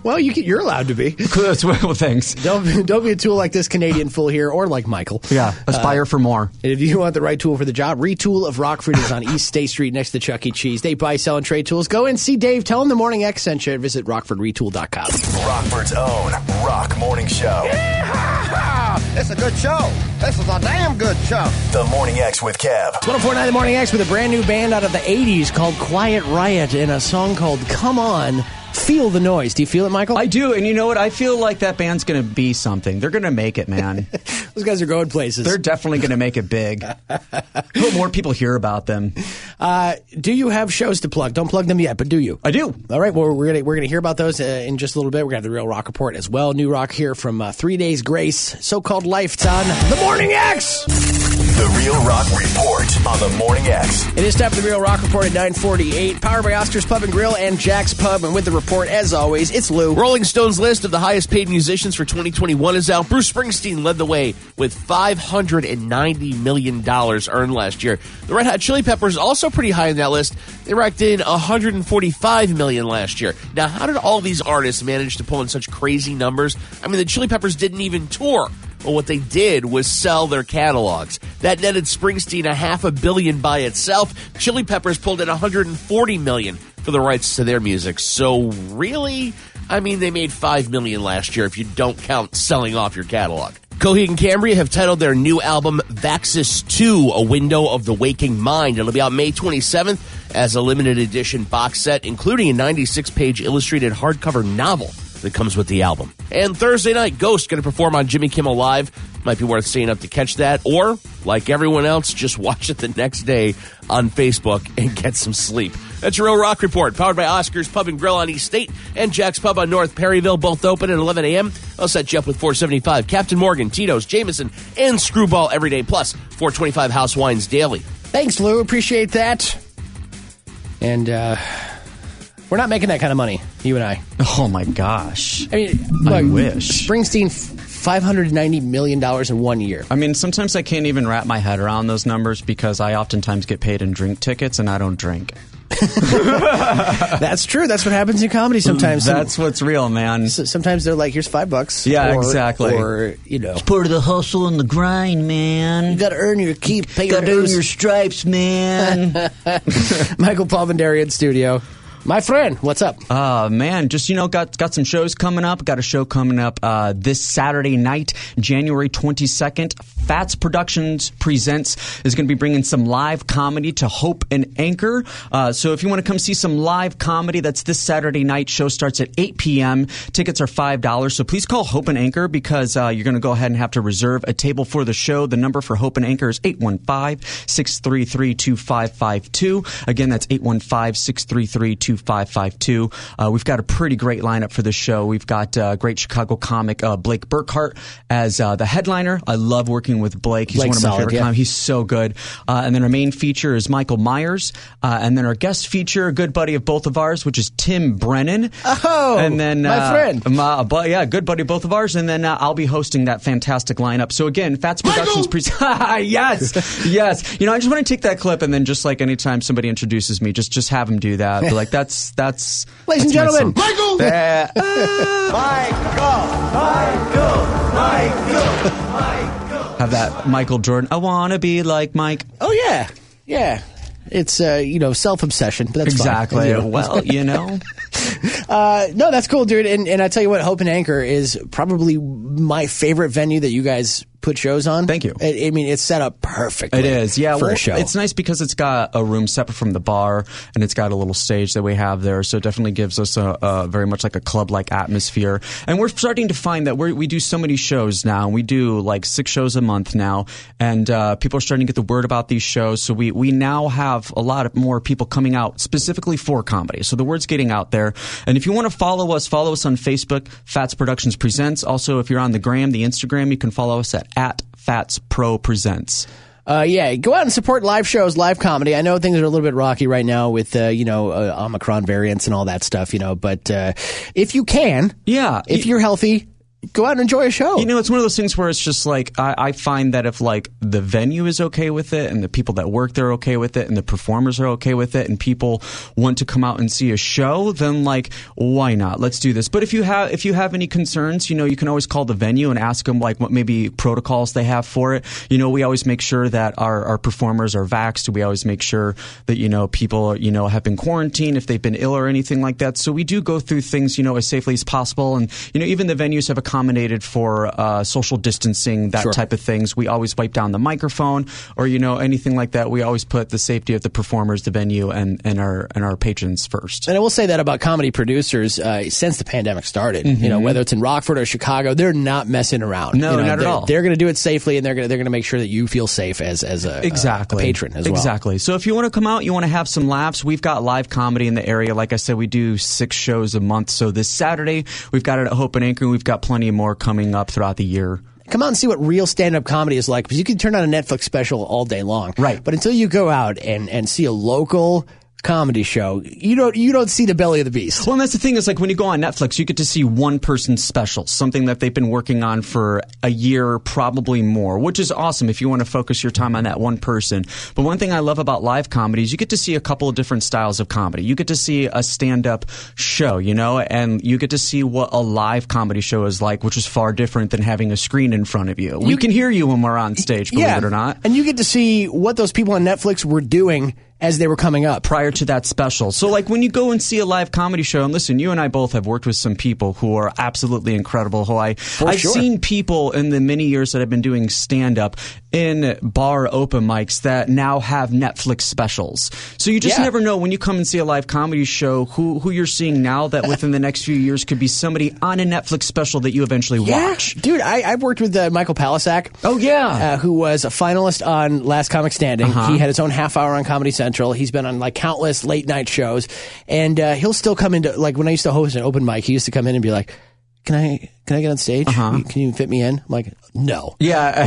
S1: well, you can, you're allowed to be.
S13: well, thanks.
S1: Don't don't be a tool like this Canadian fool here or like Michael. Uh,
S13: Yeah, aspire for more.
S1: And if you want the right tool for the job, Retool of Rockford is on East State Street next to Chuck E. Cheese. They buy, sell, and trade tools. Go and see Dave. Tell him the Morning X sent you. Visit rockfordretool.com.
S6: Rockford's own Rock Morning Show.
S14: It's a good show. This is a damn good show.
S6: The Morning X with Kev.
S1: 1049 The Morning X with a brand new band out of the 80s called Quiet Riot and a song called Come On, Feel the Noise. Do you feel it, Michael?
S13: I do, and you know what? I feel like that band's going to be something. They're going to make it, man.
S1: Those guys are going places.
S13: They're definitely going to make it big. Hope more people hear about them.
S1: Uh, do you have shows to plug? Don't plug them yet, but do you?
S13: I do.
S1: All right. Well, we're gonna we're gonna hear about those uh, in just a little bit. We're gonna have the Real Rock Report as well. New Rock here from uh, Three Days Grace, so-called life. It's on the Morning X.
S6: The Real Rock Report on the Morning X.
S1: It is time for the Real Rock Report at 948, powered by Oscar's Pub and Grill and Jack's Pub. And with the report, as always, it's Lou.
S15: Rolling Stone's list of the highest paid musicians for 2021 is out. Bruce Springsteen led the way with $590 million earned last year. The Red Hot Chili Peppers also pretty high in that list. They racked in $145 million last year. Now, how did all these artists manage to pull in such crazy numbers? I mean, the Chili Peppers didn't even tour. But what they did was sell their catalogs. That netted Springsteen a half a billion by itself. Chili Peppers pulled in 140 million for the rights to their music. So really, I mean, they made five million last year if you don't count selling off your catalog. Coheed and Cambria have titled their new album Vaxis 2, A Window of the Waking Mind. It'll be out May 27th as a limited edition box set, including a 96 page illustrated hardcover novel that comes with the album. And Thursday night, Ghost going to perform on Jimmy Kimmel Live. Might be worth staying up to catch that, or like everyone else, just watch it the next day on Facebook and get some sleep. That's your Real Rock Report, powered by Oscar's Pub and Grill on East State and Jack's Pub on North Perryville, both open at 11 a.m. I'll set you up with 475 Captain Morgan, Tito's, Jameson, and Screwball every day, plus 425 House Wines daily.
S1: Thanks, Lou. Appreciate that. And uh, we're not making that kind of money, you and I.
S13: Oh my gosh!
S1: I mean,
S13: I
S1: look,
S13: wish.
S1: Springsteen f- $590 million in one year.
S13: I mean, sometimes I can't even wrap my head around those numbers because I oftentimes get paid in drink tickets and I don't drink.
S1: That's true. That's what happens in comedy sometimes.
S13: Mm, That's what's real, man.
S1: sometimes they're like, here's five bucks.
S13: Yeah,
S1: or-
S13: exactly.
S1: Or, you know.
S16: Part of the hustle and the grind, man. You
S1: gotta earn your keep, pay
S16: gotta earn your stripes, man.
S13: Oh,
S1: Michael Palmandari in studio. My friend, what's up?
S13: Uh man, just you know, got got some shows coming up. Got a show coming up uh, this Saturday night, January twenty second. Fats Productions presents is going to be bringing some live comedy to Hope and Anchor. Uh, so if you want to come see some live comedy, that's this Saturday night. Show starts at eight p.m. Tickets are five dollars. So please call Hope and Anchor because uh, you're going to go ahead and have to reserve a table for the show. The number for Hope and Anchor is 815-633-2552. Again, that's 815-633-2552. Uh, we've got a pretty great lineup for this show. We've got uh, great Chicago comic uh, Blake Burkhart as uh, the headliner. I love working with Blake. He's
S1: Blake's
S13: one of my
S1: solid,
S13: favorite
S1: yeah.
S13: comics. He's so good. Uh, and then our main feature is Michael Myers. Uh, and then our guest feature, a good buddy of both of ours, which is Tim Brennan.
S1: Oh,
S13: and then
S1: my
S13: uh,
S1: friend.
S13: my, but yeah, good buddy, both of ours, and then uh, I'll be hosting that fantastic lineup. So again, Fats Productions presents. yes, yes. You know, I just want to take that clip and then just like anytime somebody introduces me, just just have them do that. Be like, that's that's.
S1: Ladies and
S13: that's my
S1: gentlemen,
S13: song.
S1: Michael!
S13: There-
S17: Uh,
S13: have that Michael Jordan. I wanna be like Mike.
S1: Oh, yeah. Yeah. It's, uh, you know, self obsession, but that's fine.
S13: exactly.
S1: You know.
S13: Well, you know.
S1: Uh, no, that's cool, dude. And, and I tell you what, Hope and Anchor is probably my favorite venue that you guys put shows on. Thank you. I, I mean, it's set up perfectly.
S13: It is, yeah.
S1: for
S13: well,
S1: a show.
S13: It's nice because it's got a room separate from the bar, and it's got a little stage that we have there. So it definitely gives us a, a very much like a club like atmosphere. And we're starting to find that we're, we do so many shows now. We do like six shows a month now, and uh, people are starting to get the word about these shows. So we we now have a lot of more people coming out specifically for comedy. So the word's getting out there. And if you want to follow us, follow us on Facebook, Fats Productions Presents. Also, if you're on the gram, the Instagram, you can follow us at at Fats Pro Presents.
S1: Uh, yeah, go out and support live shows, live comedy. I know things are a little bit rocky right now with uh, you know uh, Omicron variants and all that stuff, you know. But uh, if you can,
S13: yeah,
S1: if you're healthy, go out and enjoy a show.
S13: You know, it's one of those things where it's just like I, I find that if like the venue is okay with it, and the people that work there are okay with it, and the performers are okay with it, and people want to come out and see a show, then like why not? Let's do this. But if you have if you have any concerns, you know, you can always call the venue and ask them like what maybe protocols they have for it. You know, we always make sure that our, our performers are vaxxed. We always make sure that you know people you know have been quarantined if they've been ill or anything like that. So we do go through things you know as safely as possible, and you know even the venues have accommodated for uh, social distancing that
S1: Sure.
S13: type of things. We always wipe down the microphone or you know anything like that. We always put the safety of the performers, the venue, and and our and our patrons first.
S1: And I will say that about comedy producers uh, since the pandemic started. You know,
S13: Mhm.
S1: whether it's in Rockford or Chicago, they're not messing around.
S13: No,
S1: you know,
S13: not at
S1: they're,
S13: all.
S1: They're going to do it safely, and they're going to they're going to make sure that you feel safe as as a, a-
S13: exactly
S1: a patron as well.
S13: Exactly. So if you want to come out, you want to have some laughs, we've got live comedy in the area. Like I said, we do six shows a month. So this Saturday, we've got it at Hope and Anchor. and We've got plenty more coming up throughout the year.
S1: come out and see what real stand-up comedy is like because you can turn on a netflix special all day long right but until you go out and and see a local comedy show you don't you don't see the belly of the beast
S13: Well, and that's the thing is like when you go on Netflix, you get to see one person's special, something that they've been working on for a year, probably more, which is awesome if you want to focus your time on that one person. But one thing I love about live comedy is you get to see a couple of different styles of comedy. You get to see a stand up show, you know, and you get to see what a live comedy show is like, which is far different than having a screen in front of you. We
S1: You-
S13: can hear you when we're on stage, believe it or not.
S1: and you get to see what those people on netflix were doing as they were coming up
S13: prior to that special. So, like, when you go and see a live comedy show, and listen, you and I both have worked with some people who are absolutely incredible. Who I I've
S1: sure.
S13: seen people in the many years that I've been doing stand up in bar open mics that now have Netflix specials. So you just
S1: Yeah.
S13: never know when you come and see a live comedy show who who you're seeing now that within the next few years could be somebody on a Netflix special that you eventually
S1: yeah,
S13: watch.
S1: dude. I, I've worked with uh, Michael Palisak.
S13: Oh yeah,
S1: uh, who was a finalist on Last Comic Standing.
S13: Uh-huh.
S1: He had his own half hour on Comedy Central. He's been on like countless late night shows, and uh, he'll still come into like when I used to host an open mic. He used to come in and be like, "Can I Can I get on stage?
S13: Uh-huh.
S1: You- Can you fit me in? I'm like, no.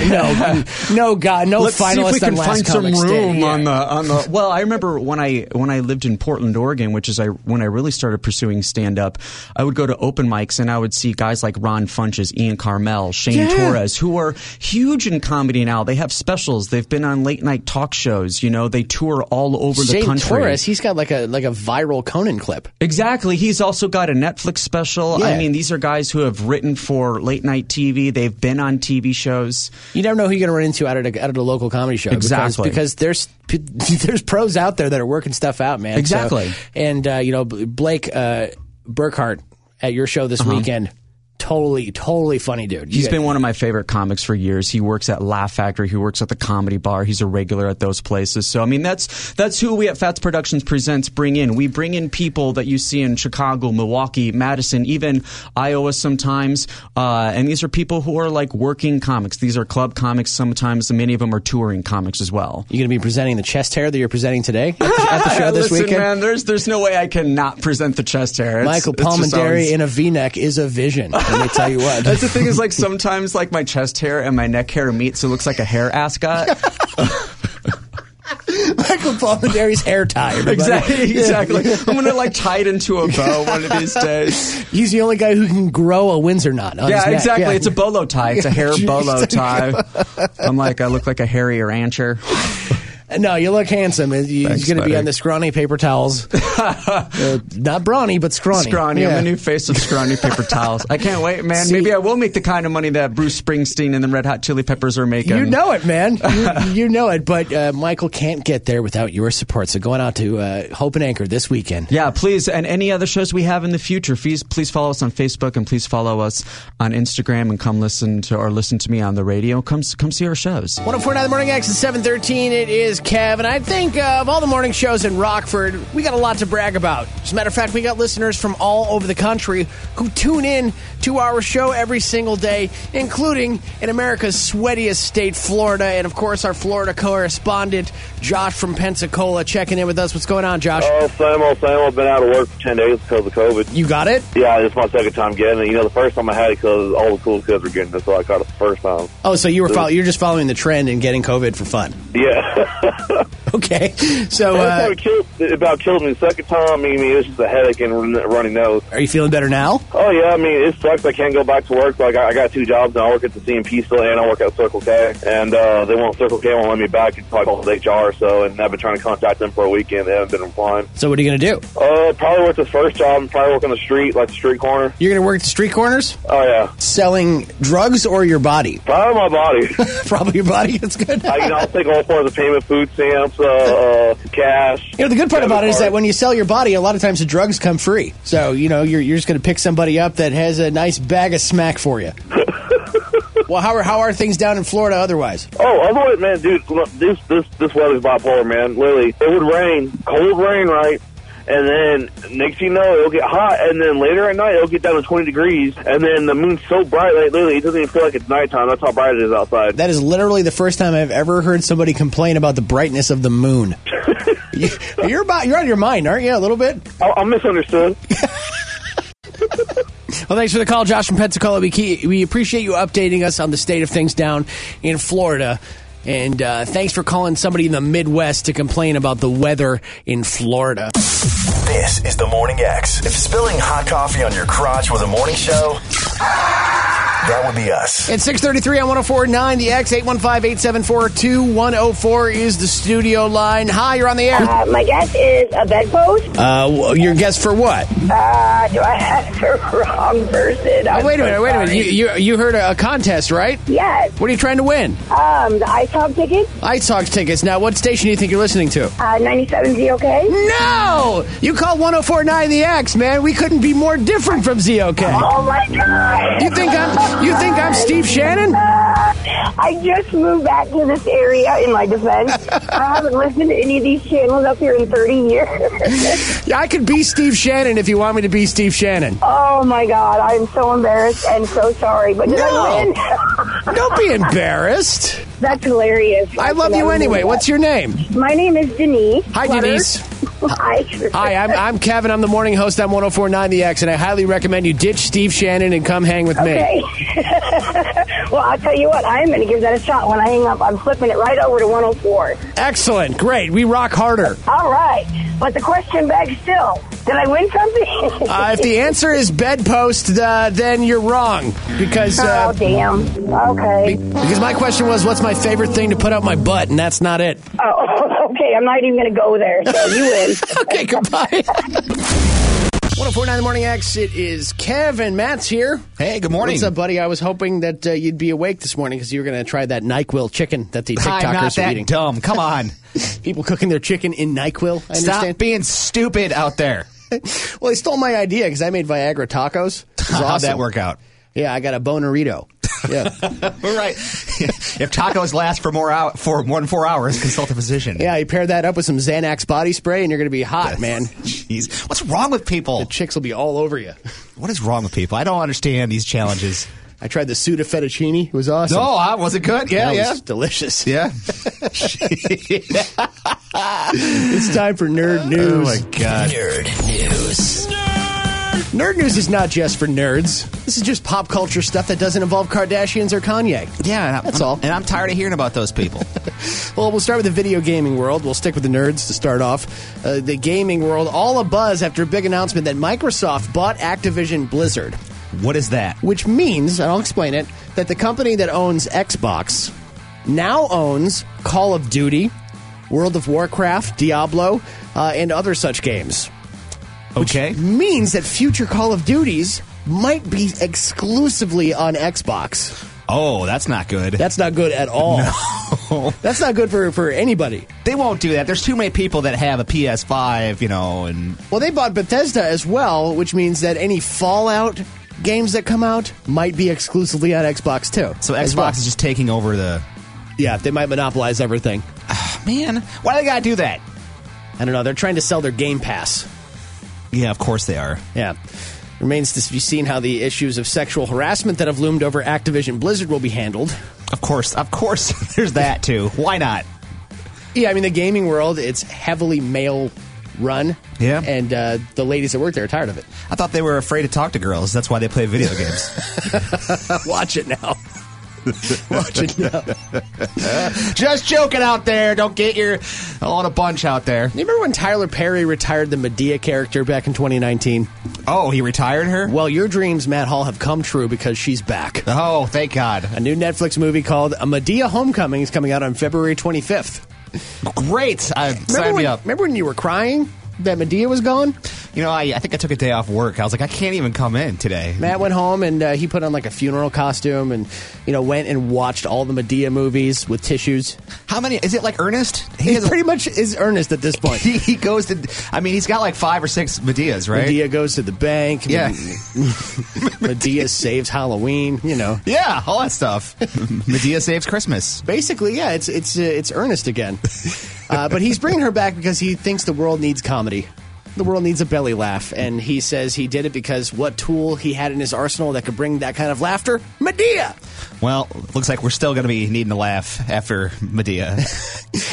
S13: Yeah.
S1: no, no, God, no
S13: Let's see if
S1: finalist
S13: we can
S1: on Last
S13: find some
S1: Comic
S13: room
S1: Standing. Yeah.
S13: on the on the. Well, I remember when I when I lived in Portland, Oregon, which is I when I really started pursuing stand up. I would go to open mics and I would see guys like Ron Funches, Ian Carmel, Shane
S17: Yeah.
S13: Torres, who are huge in comedy now. They have specials. They've been on late night talk shows. You know, they tour all over
S1: Shane
S13: the country.
S1: Torres, he's got like a like a viral Conan clip.
S13: Exactly. He's also got a Netflix special.
S1: Yeah.
S13: I mean, these are guys who have written for late night TV. They've been on TV shows.
S1: You never know who you're going to run into out at a, out at a local comedy show. because-
S13: Exactly.
S1: Because, there's there's pros out there that are working stuff out, man. So-
S13: Exactly.
S1: and uh, you know, B- Blake uh, Burkhart at your show this
S13: Uh-huh.
S1: weekend, totally, totally funny dude.
S13: He's
S1: You-
S13: been one of my favorite comics for years. He works at Laugh Factory. He works at the Comedy Bar. He's a regular at those places. So I mean, that's that's who we at Fats Productions Presents bring in. We bring in people that you see in Chicago, Milwaukee, Madison, even Iowa sometimes. Uh, and these are people who are like working comics. These are club comics sometimes. and Many of them are touring comics as well.
S1: You going to be presenting the chest hair that you're presenting today at the, at the show this
S13: Listen,
S1: weekend?
S13: man, there's there's no way I cannot present the chest hair. It's-
S1: Michael
S13: it's just
S1: Palminteri
S13: always-
S1: in a V-neck is a vision. Let me tell you what.
S13: That's the thing is like sometimes like my chest hair and my neck hair meet, so it looks like a hair ascot.
S1: Michael Palminteri's hair tie. everybody.
S13: exactly, exactly. I'm gonna like tie it into a bow one of these days.
S1: He's the only guy who can grow a Windsor knot. on his
S13: yeah,
S1: neck.
S13: exactly.
S1: Yeah.
S13: It's a bolo tie. It's a hair
S1: Jeez.
S13: bolo tie. I'm like, I look like a hairy rancher.
S1: No, you look handsome. You- He's
S13: Thanks,
S1: going to be
S13: buddy.
S1: on the scrawny paper towels. Uh, not brawny, but scrawny.
S13: Scrawny.
S1: Yeah.
S13: I'm a new face of scrawny paper towels. I can't wait, man. Maybe I will make the kind of money that Bruce Springsteen and the Red Hot Chili Peppers are making.
S1: You know it, man. You, you know it. But uh, Michael can't get there without your support. So going out to uh, Hope and Anchor this weekend.
S13: Yeah, please. And any other shows we have in the future, please, please follow us on Facebook and please follow us on Instagram and come listen to or listen to me on the radio. Come, s- come see our shows.
S1: 1049 The Morning X is 713. It is Kev. And I think uh, of all the morning shows in Rockford, we got a lot to brag about. As a matter of fact, we got listeners from all over the country who tune in to our show every single day, including in America's sweatiest state, Florida. And of course, our Florida correspondent, Josh from Pensacola, checking in with us. What's going on, Josh?
S18: Oh, same old, same old. Been out of work for 10 days because of COVID.
S1: You got it?
S18: Yeah, it's my second time getting it. You know, the first time I had it because all the cool kids were getting it, so I caught it the first time.
S1: Oh, so you were follow- you're just following the trend and getting COVID for fun.
S18: Yeah.
S1: Okay. So, uh,
S18: That's how it, killed, it about killed me the second time. I mean, it's just a headache and run- runny nose.
S1: are you feeling better now?
S18: Oh, yeah, I mean, it sucks. I can't go back to work. Like, I, I got two jobs now. I work at the CMP still, and I work at Circle K. And uh, they won't, Circle K won't let me back until I call HR, so, and I've been trying to contact them for a weekend. They haven't been replying.
S1: So, what are you going to do?
S18: Uh, probably work this first job and probably work on the street, like the street corner.
S1: You're going to work at the street corners?
S18: Oh, yeah.
S1: Selling drugs or your body?
S18: Probably my body.
S1: Probably your body. That's good.
S18: I, you know, I'll take all forms of payment, food stamps, uh, uh, cash.
S1: You know, the good part
S18: Debit
S1: about it is
S18: card.
S1: that when you sell your body, a lot of times the drugs come free. So, you know, you're, you're just going to pick somebody up that has a nice bag of smack for you. well, how are, how are things down in Florida otherwise?
S18: Oh, otherwise, man, dude, look, this this this weather's bipolar, man. Literally, it would rain, cold rain, right? And then next thing you know, it'll get hot, and then later at night it'll get down to twenty degrees, and then the moon's so bright, like literally, it doesn't even feel like it's nighttime. That's how bright it is outside.
S1: That is literally the first time I've ever heard somebody complain about the brightness of the moon. You- you're about you're out of your mind, aren't you? A little bit.
S18: I, I'm misunderstood.
S1: Well, thanks for the call, Josh from Pensacola. We, ke- we appreciate you updating us on the state of things down in Florida. And uh, thanks for calling somebody in the Midwest to complain about the weather in Florida.
S6: This is the Morning X. If spilling hot coffee on your crotch was a morning show, that would be us.
S1: It's 633 on 1049, the X, 815-874-2104 is the studio line. Hi, you're on the air.
S19: Uh, my guess is a bedpost.
S1: Uh, w- your guess for what?
S19: Uh, do I have the wrong person?
S1: Oh,
S19: I'm
S1: wait a
S19: so
S1: minute, wait a minute.
S19: sorry.
S1: You, you, you heard a, a contest, right?
S19: Yes.
S1: What are you trying to win?
S19: Um, the Ice Hog ticket?
S1: Ice Hawks tickets. Now, what station do you think you're listening to?
S19: Uh, 97 ZOK?
S1: No! You call 1049 the X, man. We couldn't be more different from ZOK.
S19: Oh my god!
S1: You think I'm you think I'm Steve Shannon?
S19: I just moved back to this area in my defense. I haven't listened to any of these channels up here in 30 years.
S1: Yeah, I could be Steve Shannon if you want me to be Steve Shannon.
S19: oh my god, I'm so embarrassed and so sorry, but did I win?
S1: Don't be embarrassed.
S19: That's hilarious.
S1: I love you anyway. What's your name?
S19: My name is Denise.
S1: Hi,
S19: Letters.
S1: Denise. Hi, I'm, I'm Kevin. I'm the morning host on 104.9 The X, and I highly recommend you ditch Steve Shannon and come hang with
S19: Okay.
S1: me.
S19: well, I'll tell you what, I am going to give that a shot when I hang up. I'm flipping it right over to 104.
S1: Excellent. Great. We rock harder.
S19: All right. But the question begs still did I win something?
S1: Uh, if the answer is bedpost, uh, then you're wrong because. Uh,
S19: oh, damn. Okay.
S1: Because my question was, what's my favorite thing to put up my butt, and that's not it.
S19: Oh, okay. I'm not even going to go there. So you win.
S1: okay, goodbye. 1049 The Morning X, it is Kevin. Matt's here.
S8: Hey, good morning.
S1: What's up, buddy? I was hoping that uh, you'd be awake this morning because you were going to try that NyQuil chicken that the TikTokers
S8: I'm not
S1: are
S8: that
S1: eating.
S8: dumb. Come on.
S1: People cooking their chicken in NyQuil. I
S8: Stop
S1: understand.
S8: being stupid out there.
S1: well, they stole my idea because I made Viagra tacos. It was
S8: How'd
S1: awesome.
S8: that work out?
S1: Yeah, I got a bonerito. Yeah.
S8: All right. if tacos last for more out for one four hours, consult a physician.
S1: Yeah, you pair that up with some Xanax body spray, and you're going to be hot, man.
S8: Jeez, what's wrong with people? The
S1: chicks will be all over you.
S8: What is wrong with people? I don't understand these challenges.
S1: I tried the Suda fettuccine; it was awesome.
S8: No, I was it good? Yeah,
S1: That
S8: yeah.
S1: was delicious.
S8: Yeah.
S1: it's time for nerd news.
S8: Oh my god.
S1: Nerd news. Nerd news is not just for nerds. This is just pop culture stuff that doesn't involve Kardashians or Kanye.
S8: Yeah, and I,
S1: That's all.
S8: And I'm tired of hearing about those people.
S1: Well, we'll start with the video gaming world. We'll stick with the nerds to start off. Uh, the gaming world, all a buzz after a big announcement that Microsoft bought Activision Blizzard,
S8: what is that?
S1: which means, and I'll explain it, that the company that owns Xbox now owns Call of Duty, World of Warcraft, Diablo, uh, and other such games.
S8: Okay.
S1: Means that future Call of Duties might be exclusively on Xbox.
S8: Oh, that's not good.
S1: That's not good at all. That's not good for, for anybody.
S8: They won't do that. There's too many people that have a PS5, you know, and
S1: Well, they bought Bethesda as well, which means that any Fallout games that come out might be exclusively on Xbox too.
S8: so
S1: As
S8: Xbox
S1: well.
S8: is just taking over the
S1: yeah, they might monopolize everything.
S8: oh, Man, why do they gotta do that?
S1: I don't know. Uh, They're trying to sell their Game Pass.
S8: Yeah, of course they are.
S1: Yeah. Remains to be seen how the issues of sexual harassment that have loomed over Activision Blizzard will be handled.
S8: Of course, of course. There's that too. Why not?
S1: Yeah, I mean the gaming world, it's heavily male run.
S8: Yeah.
S1: And uh, the ladies that work there are tired of it.
S8: I thought they were afraid to talk to girls. That's why they play video games.
S1: Watch it now. Watch it now.
S8: Just joking out there. Don't get your all in a bunch out there.
S1: You remember when Tyler Perry retired the Medea character back in 2019?
S8: Oh, he retired her?
S1: Well, your dreams, Matt Hall, have come true because she's back.
S8: Oh, thank God.
S1: A new Netflix movie called A Medea Homecoming is coming out on February 25th.
S8: Great. I, sign
S1: remember,
S8: me
S1: when,
S8: up.
S1: remember when you were crying that Medea was gone?
S8: You know, I, I think I took a day off work. I was like, I can't even come in today.
S1: Matt went home and uh, he put on like a funeral costume and, you know, went and watched all the Medea movies with tissues.
S8: How many? Is it like Ernest?
S1: He
S8: has a-
S1: pretty much is earnest at this point.
S8: he, he goes to. I mean, he's got like five or six Medeas, right?
S1: Medea goes to the bank.
S8: Yeah.
S1: Medea saves Halloween, you know.
S8: Yeah, all that stuff. Medea saves Christmas.
S1: Basically, yeah, it's it's uh, it's Ernest again, uh, but he's bringing her back because he thinks the world needs comedy. The world needs a belly laugh, and he says he did it because what tool he had in his arsenal that could bring that kind of laughter? Medea.
S8: Well, looks like we're still going to be needing to laugh after Medea.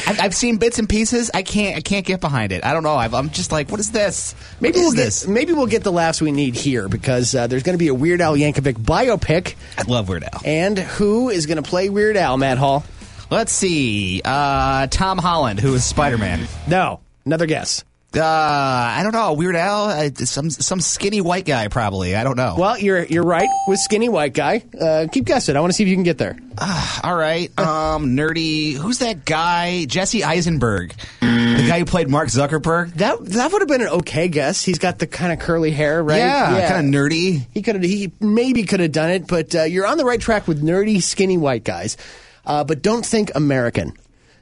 S8: I've, I've seen bits and pieces. I can't. I can't get behind it. I don't know. I've, I'm just like, what is this?
S1: Maybe
S8: what
S1: we'll
S8: is
S1: get
S8: this?
S1: maybe we'll get the laughs we need here because uh, there's going to be a Weird Al Yankovic biopic,
S8: I love Weird Al.
S1: and who is going to play Weird Al? Matt Hall?
S8: Let's see. Uh, Tom Holland, who is Spider Man.
S1: No, another guess.
S8: Uh, I don't know. Weird Al, uh, some some skinny white guy, probably. I don't know.
S1: Well, you're you're right with skinny white guy. Uh, keep guessing. I want to see if you can get there.
S8: Ah, All right. Um, nerdy. Who's that guy? Jesse Eisenberg, the guy who played Mark Zuckerberg.
S1: That that would have been an okay guess. He's got the kind of curly hair, right?
S8: Yeah, kind of nerdy.
S1: He could have. He maybe could have done it, but uh, you're on the right track with nerdy, skinny white guys. Uh, but don't think American.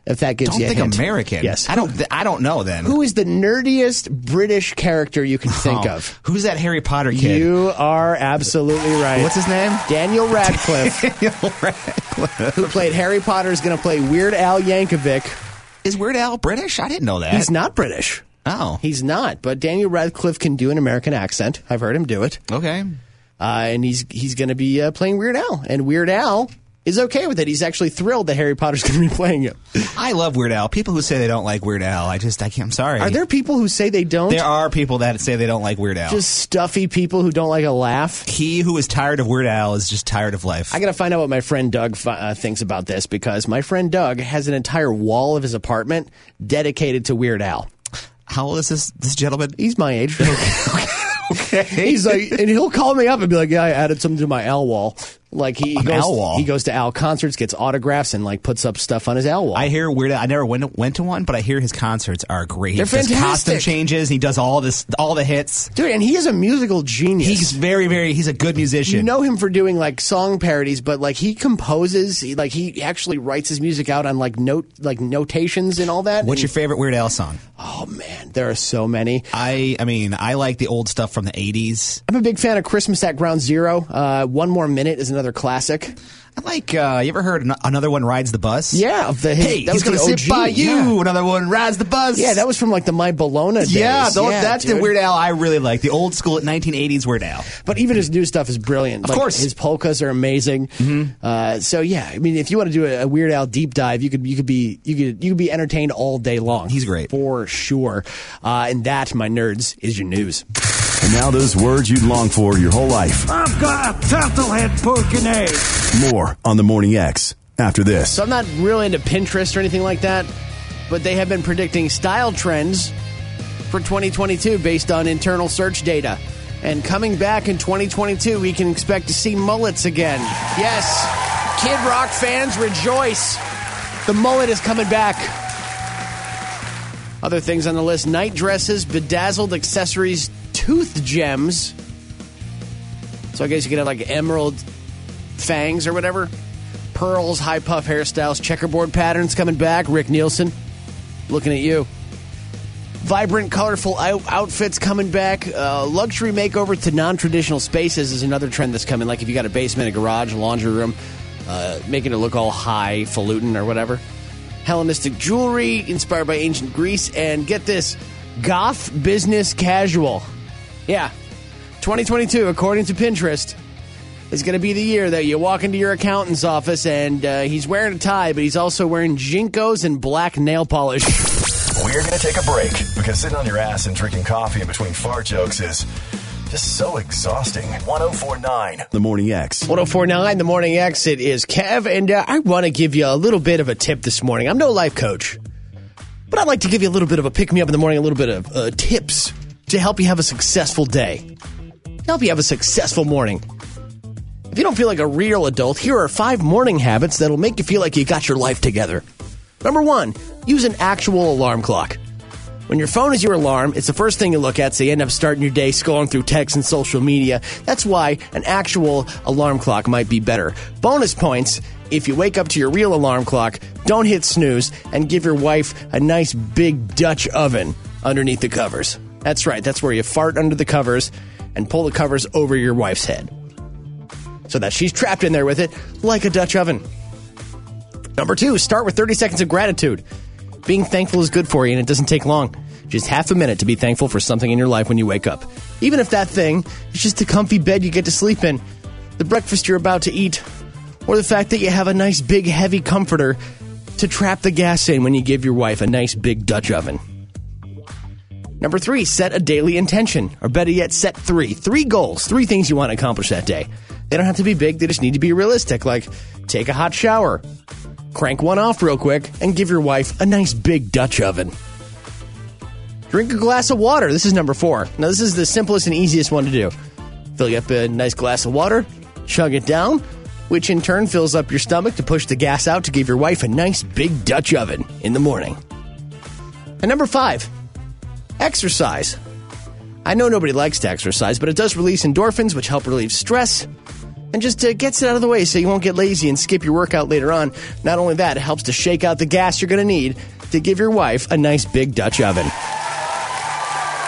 S1: If that gives
S8: Don't
S1: you a
S8: think
S1: hint.
S8: American.
S1: Yes.
S8: I don't. Th- I don't know then.
S1: Who is the nerdiest British character you can think
S8: Oh,
S1: of?
S8: Who's that Harry Potter kid?
S1: You are absolutely right.
S8: What's his name?
S1: Daniel Radcliffe, who played Harry Potter, is going to play Weird Al Yankovic.
S8: Is Weird Al British? I didn't know that.
S1: He's not British.
S8: Oh.
S1: He's not, but Daniel Radcliffe can do an American accent. I've heard him do it.
S8: okay.
S1: uh, and he's he's going to be uh, playing Weird Al. And Weird Al is okay with it. He's actually thrilled that Harry Potter's going to be playing it.
S8: I love Weird Al. People who say they don't like Weird Al, I just I can't. I'm sorry.
S1: Are there people who say they don't?
S8: There are people that say they don't like Weird Al.
S1: Just stuffy people who don't like a laugh.
S8: He who is tired of Weird Al is just tired of life.
S1: I got to find out what my friend Doug fi- uh, thinks about this because my friend Doug has an entire wall of his apartment dedicated to Weird Al.
S8: How old is this this gentleman?
S1: He's my age. okay. He's like, and he'll call me up and be like, "Yeah, I added something to my Al wall." Like he, he
S8: An
S1: goes,
S8: Al wall?
S1: he goes to Al concerts, gets autographs, and like puts up stuff on his Al wall.
S8: I hear Weird Al. I never went went to one, but I hear his concerts are great.
S1: They're
S8: he does
S1: fantastic.
S8: costume changes. He does all this, all the hits.
S1: Dude, and he is a musical genius.
S8: He's very, very. He's a good musician.
S1: you know him for doing like song parodies, but like he composes, he, like he actually writes his music out on like note, like notations and all that.
S8: What's your
S1: And-
S8: favorite Weird Al song?
S1: Oh man, there are so many.
S8: I, I mean, I like the old stuff from the '80s.
S1: I'm a big fan of Christmas at Ground Zero. Uh, One more minute is another classic.
S8: I like. Uh, you ever heard an- another one rides the bus?
S1: Yeah, of the
S8: Hey,
S1: that was
S8: he's gonna
S1: the
S8: sit
S1: OG,
S8: by you.
S1: yeah.
S8: Another one rides the bus.
S1: Yeah, that was from like the My Bologna days.
S8: Yeah, the- that's the
S1: dude.
S8: Weird Al I really like. The old school 1980s Weird Al.
S1: But even his new stuff is brilliant.
S8: Of
S1: Like,
S8: course. Mm-hmm.
S1: his polkas are amazing. Uh, so yeah, I mean, if you want to do a, a Weird Al deep dive, you could you could be you could you could be entertained all day long. He's
S8: great
S1: for sure. Uh, and that, my nerds, is your news.
S17: And now those words you'd long for your whole life.
S1: I've got a turtlehead poking
S17: More on the Morning X after this.
S1: So I'm not really into Pinterest or anything like that, but they have been predicting style trends for 2022 based on internal search data. And coming back in 2022, we can expect to see mullets again. Yes, Kid Rock fans rejoice. The mullet is coming back. Other things on the list night dresses, bedazzled accessories, tooth gems. So I guess you could have like emerald fangs or whatever. Pearls, high puff hairstyles, checkerboard patterns coming back. Rick Nielsen, looking at you. Vibrant, colorful out- outfits coming back. Uh, luxury makeover to non traditional spaces is another trend that's coming. Like if you got a basement, a garage, a laundry room, uh, making it look all highfalutin or whatever. Hellenistic jewelry inspired by ancient Greece. And get this goth business casual. Yeah. 2022, according to Pinterest, is going to be the year that you walk into your accountant's office and uh, he's wearing a tie, but he's also wearing jinkos and black nail polish.
S6: We're going to take a break because sitting on your ass and drinking coffee in between fart jokes is just so exhausting. 1049.
S17: The Morning X.
S1: 1049, the morning exit is Kev, and uh, I want to give you a little bit of a tip this morning. I'm no life coach, but I'd like to give you a little bit of a pick me up in the morning, a little bit of uh, tips to help you have a successful day, help you have a successful morning. If you don't feel like a real adult, here are five morning habits that'll make you feel like you got your life together. Number one, use an actual alarm clock. When your phone is your alarm, it's the first thing you look at, so you end up starting your day scrolling through texts and social media. That's why an actual alarm clock might be better. Bonus points if you wake up to your real alarm clock, don't hit snooze, and give your wife a nice big Dutch oven underneath the covers. That's right, that's where you fart under the covers and pull the covers over your wife's head so that she's trapped in there with it like a Dutch oven. Number two, start with 30 seconds of gratitude. Being thankful is good for you and it doesn't take long. Just half a minute to be thankful for something in your life when you wake up. Even if that thing is just the comfy bed you get to sleep in, the breakfast you're about to eat, or the fact that you have a nice big heavy comforter to trap the gas in when you give your wife a nice big Dutch oven. Number three, set a daily intention, or better yet, set three. Three goals, three things you want to accomplish that day. They don't have to be big, they just need to be realistic, like take a hot shower, crank one off real quick, and give your wife a nice big Dutch oven. Drink a glass of water. This is number four. Now, this is the simplest and easiest one to do. Fill you up a nice glass of water, chug it down, which in turn fills up your stomach to push the gas out to give your wife a nice big Dutch oven in the morning. And number five, exercise. I know nobody likes to exercise, but it does release endorphins, which help relieve stress. And just uh, gets it out of the way so you won't get lazy and skip your workout later on. Not only that, it helps to shake out the gas you're going to need to give your wife a nice big Dutch oven.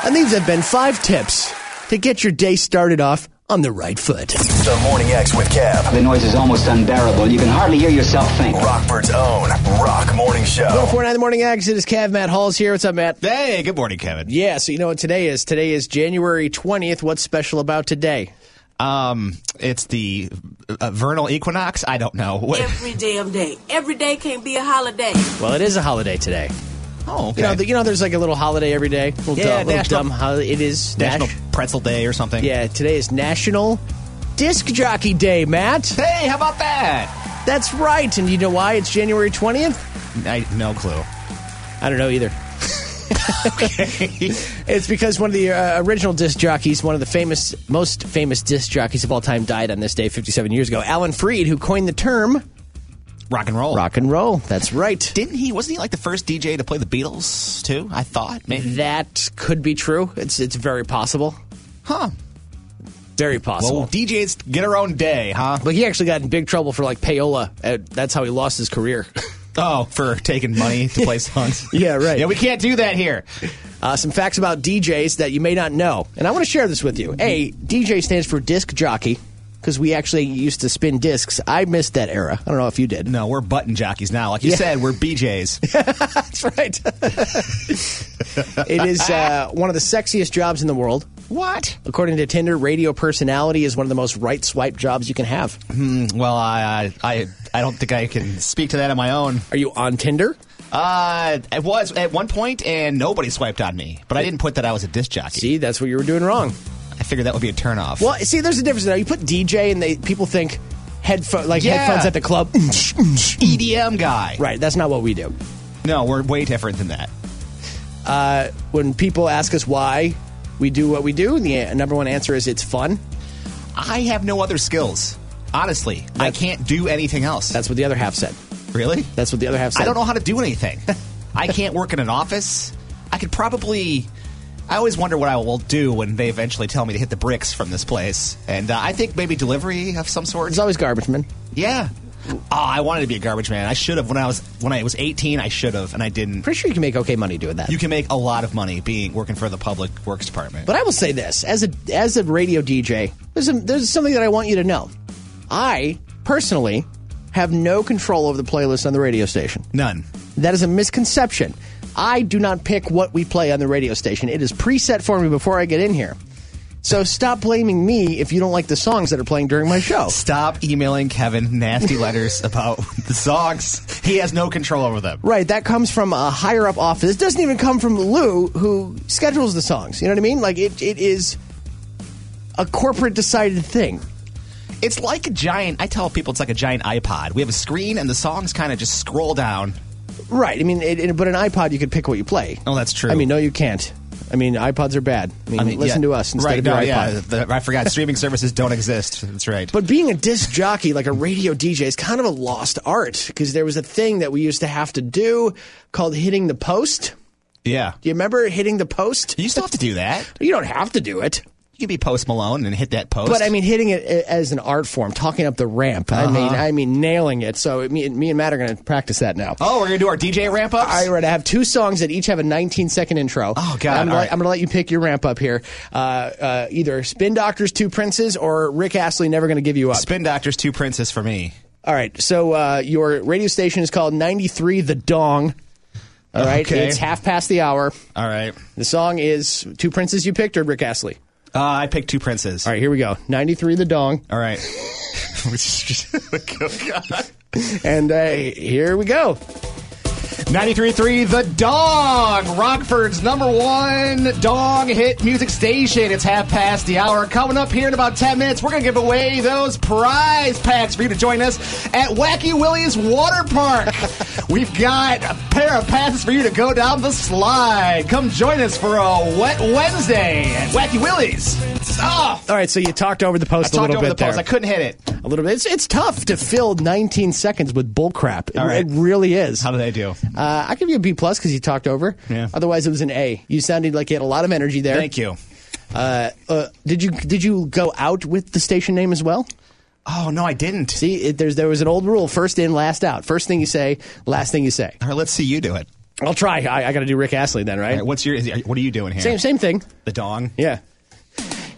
S1: And these have been five tips to get your day started off on the right foot.
S6: The Morning X with Kev.
S7: The noise is almost unbearable. You can hardly hear yourself think.
S6: Rockford's own Rock Morning Show.
S1: 1049 The Morning Ags. It is Cav. Matt Hall's here. What's up, Matt?
S8: Hey, good morning, Kevin.
S1: Yeah, so you know what today is? Today is January 20th. What's special about today?
S8: Um, it's the uh, vernal equinox. I don't know. What,
S20: Every damn day. Every day can be a holiday.
S1: Well, it is a holiday today.
S8: Oh,
S1: you know,
S8: okay.
S1: the, you know, there's like a little holiday every day. Little
S8: Yeah,
S1: dumb, little
S8: national-
S1: dumb holiday. It is
S8: National
S1: Nash-
S8: Pretzel Day or something.
S1: Yeah, today is National Disc Jockey Day, Matt.
S8: Hey, how about that?
S1: That's right. And you know why it's January 20th?
S8: I no clue.
S1: I don't know either. it's because one of the uh, original disc jockeys, one of the famous, most famous disc jockeys of all time, died on this day 57 years ago. Alan Freed, who coined the term
S8: rock and roll.
S1: Rock and roll. That's right.
S8: Didn't he? Wasn't he like the first DJ to play the Beatles too? I thought maybe
S1: that could be true. It's it's very possible.
S8: Huh.
S1: Very possible.
S8: Well, DJs get our own day, huh?
S1: But he actually got in big trouble for like payola. Uh, That's how he lost his career.
S8: Oh, for taking money to play songs.
S1: yeah, right.
S8: Yeah, we can't do that here.
S1: Uh, some facts about DJs that you may not know, and I want to share this with you. A DJ stands for disc jockey because we actually used to spin discs. I missed that era. I don't know if you did.
S8: No, we're button jockeys now. Like you
S1: Yeah.
S8: said, we're BJs.
S1: That's right. it is uh, one of the sexiest jobs in the world.
S8: What?
S1: According to Tinder, radio personality is one of the most right swipe jobs you can have.
S8: Hmm, well, I, I I I don't think I can speak to that on my own.
S1: Are you on Tinder?
S8: Uh, I was at one point, and nobody swiped on me, but I didn't put that I was a disc jockey.
S1: See, that's what you were doing wrong.
S8: I figured that would be a turnoff.
S1: Well, see, there's a difference now. You put DJ, and they people think headphone like
S8: Yeah.
S1: headphones at the club.
S8: EDM E guy.
S1: Right. That's not what we do.
S8: No, we're way different than that.
S1: Uh, when people ask us why we do what we do, the number one answer is it's fun.
S8: I have no other skills. Honestly, I can't do anything else.
S1: That's what the other half said.
S8: Really?
S1: That's what the other half said.
S8: I don't know how to do anything. I can't work in an office. I could probably. I always wonder what I will do when they eventually tell me to hit the bricks from this place. And uh, I think maybe delivery of some sort.
S1: There's always garbage man.
S8: Yeah. Oh, I wanted to be a garbage man. I should have when I was when I was 18. I should have, and I didn't.
S1: Pretty sure you can make okay money doing that.
S8: You can make a lot of money being working for the public works department.
S1: But I will say this as a as a radio DJ, there's a, there's something that I want you to know. I personally have no control over the playlist on the radio station.
S8: None.
S1: That is a misconception. I do not pick what we play on the radio station. It is preset for me before I get in here. So stop blaming me if you don't like the songs that are playing during my show.
S8: Stop emailing Kevin nasty letters about the songs. He has no control over them.
S1: Right, that comes from a higher up office. It doesn't even come from Lou, who schedules the songs. You know what I mean? Like it, it is a corporate decided thing.
S8: It's like a giant. I tell people it's like a giant iPod. We have a screen, and the songs kind of just scroll down.
S1: Right. I mean, it, it- but an iPod, you could pick what you play.
S8: Oh, that's true.
S1: I mean, no, you can't. I mean, iPods are bad. I mean, listen
S8: yeah.
S1: to us instead
S8: right,
S1: of your
S8: no,
S1: iPod.
S8: Yeah, the- I forgot streaming services don't exist. That's right.
S1: But being a disc jockey, like a radio DJ, is kind of a lost art because there was a thing that we used to have to do called hitting the post.
S8: yeah,
S1: Do you remember hitting the post?
S8: you still have to do that.
S1: You don't have to do it.
S8: You can be Post Malone and hit that post.
S1: But I mean, hitting it a- as an art form, talking up the ramp. I
S8: Uh-huh.
S1: mean, I mean, nailing it. So it, me, me and Matt are going to practice that now.
S8: oh, we're gonna do our DJ ramp ups.
S1: All right, I have two songs that each have a 19 second intro.
S8: Oh, God,
S1: I'm
S8: all
S1: gonna,
S8: right.
S1: I'm gonna let you pick your ramp up here. Uh, uh, either Spin Doctors, Two Princes, or Rick Astley, Never Gonna Give You Up.
S8: Spin Doctors, two princes for me.
S1: All right. So uh, your radio station is called 93 The Dong. All right.
S8: Okay.
S1: It's half past the hour.
S8: All right,
S1: The song is Two Princes You Picked or Rick Astley?
S8: uh, I picked two princes.
S1: All right. Here we go. 93 The Dong.
S8: All right. oh, God.
S1: And uh, here we go.
S8: 93.3 The Dog, Rockford's number one dog hit music station. It's half past the hour. Coming up here in about 10 minutes, we're going to give away those prize packs for you to join us at Wacky Willie's Water Park. We've got a pair of passes for you to go down the slide. Come join us for a wet Wednesday at Wacky Willie's. Oh,
S1: All right. So you talked over the
S8: I
S1: post a
S8: talked
S1: little
S8: over the
S1: bit
S8: post.
S1: there.
S8: I couldn't hit it.
S1: a little bit. It's, it's tough to fill 19 seconds with bullcrap. It,
S8: All right.
S1: it really is.
S8: How did I do?
S1: Uh, I give you a B plus because you talked over.
S8: Yeah.
S1: Otherwise, it was an A. You sounded like you had a lot of energy there.
S8: Thank you.
S1: Uh, uh, did you did you go out with the station name as well?
S8: Oh, no, I didn't.
S1: See, it, there's there was an old rule: first in, last out. First thing you say, last thing you say.
S8: All right, let's see you do it.
S1: I'll try. I, I got to do Rick Astley then, right?
S8: All right, what's your? Is, what are you doing here?
S1: Same same thing.
S8: The dong.
S1: Yeah.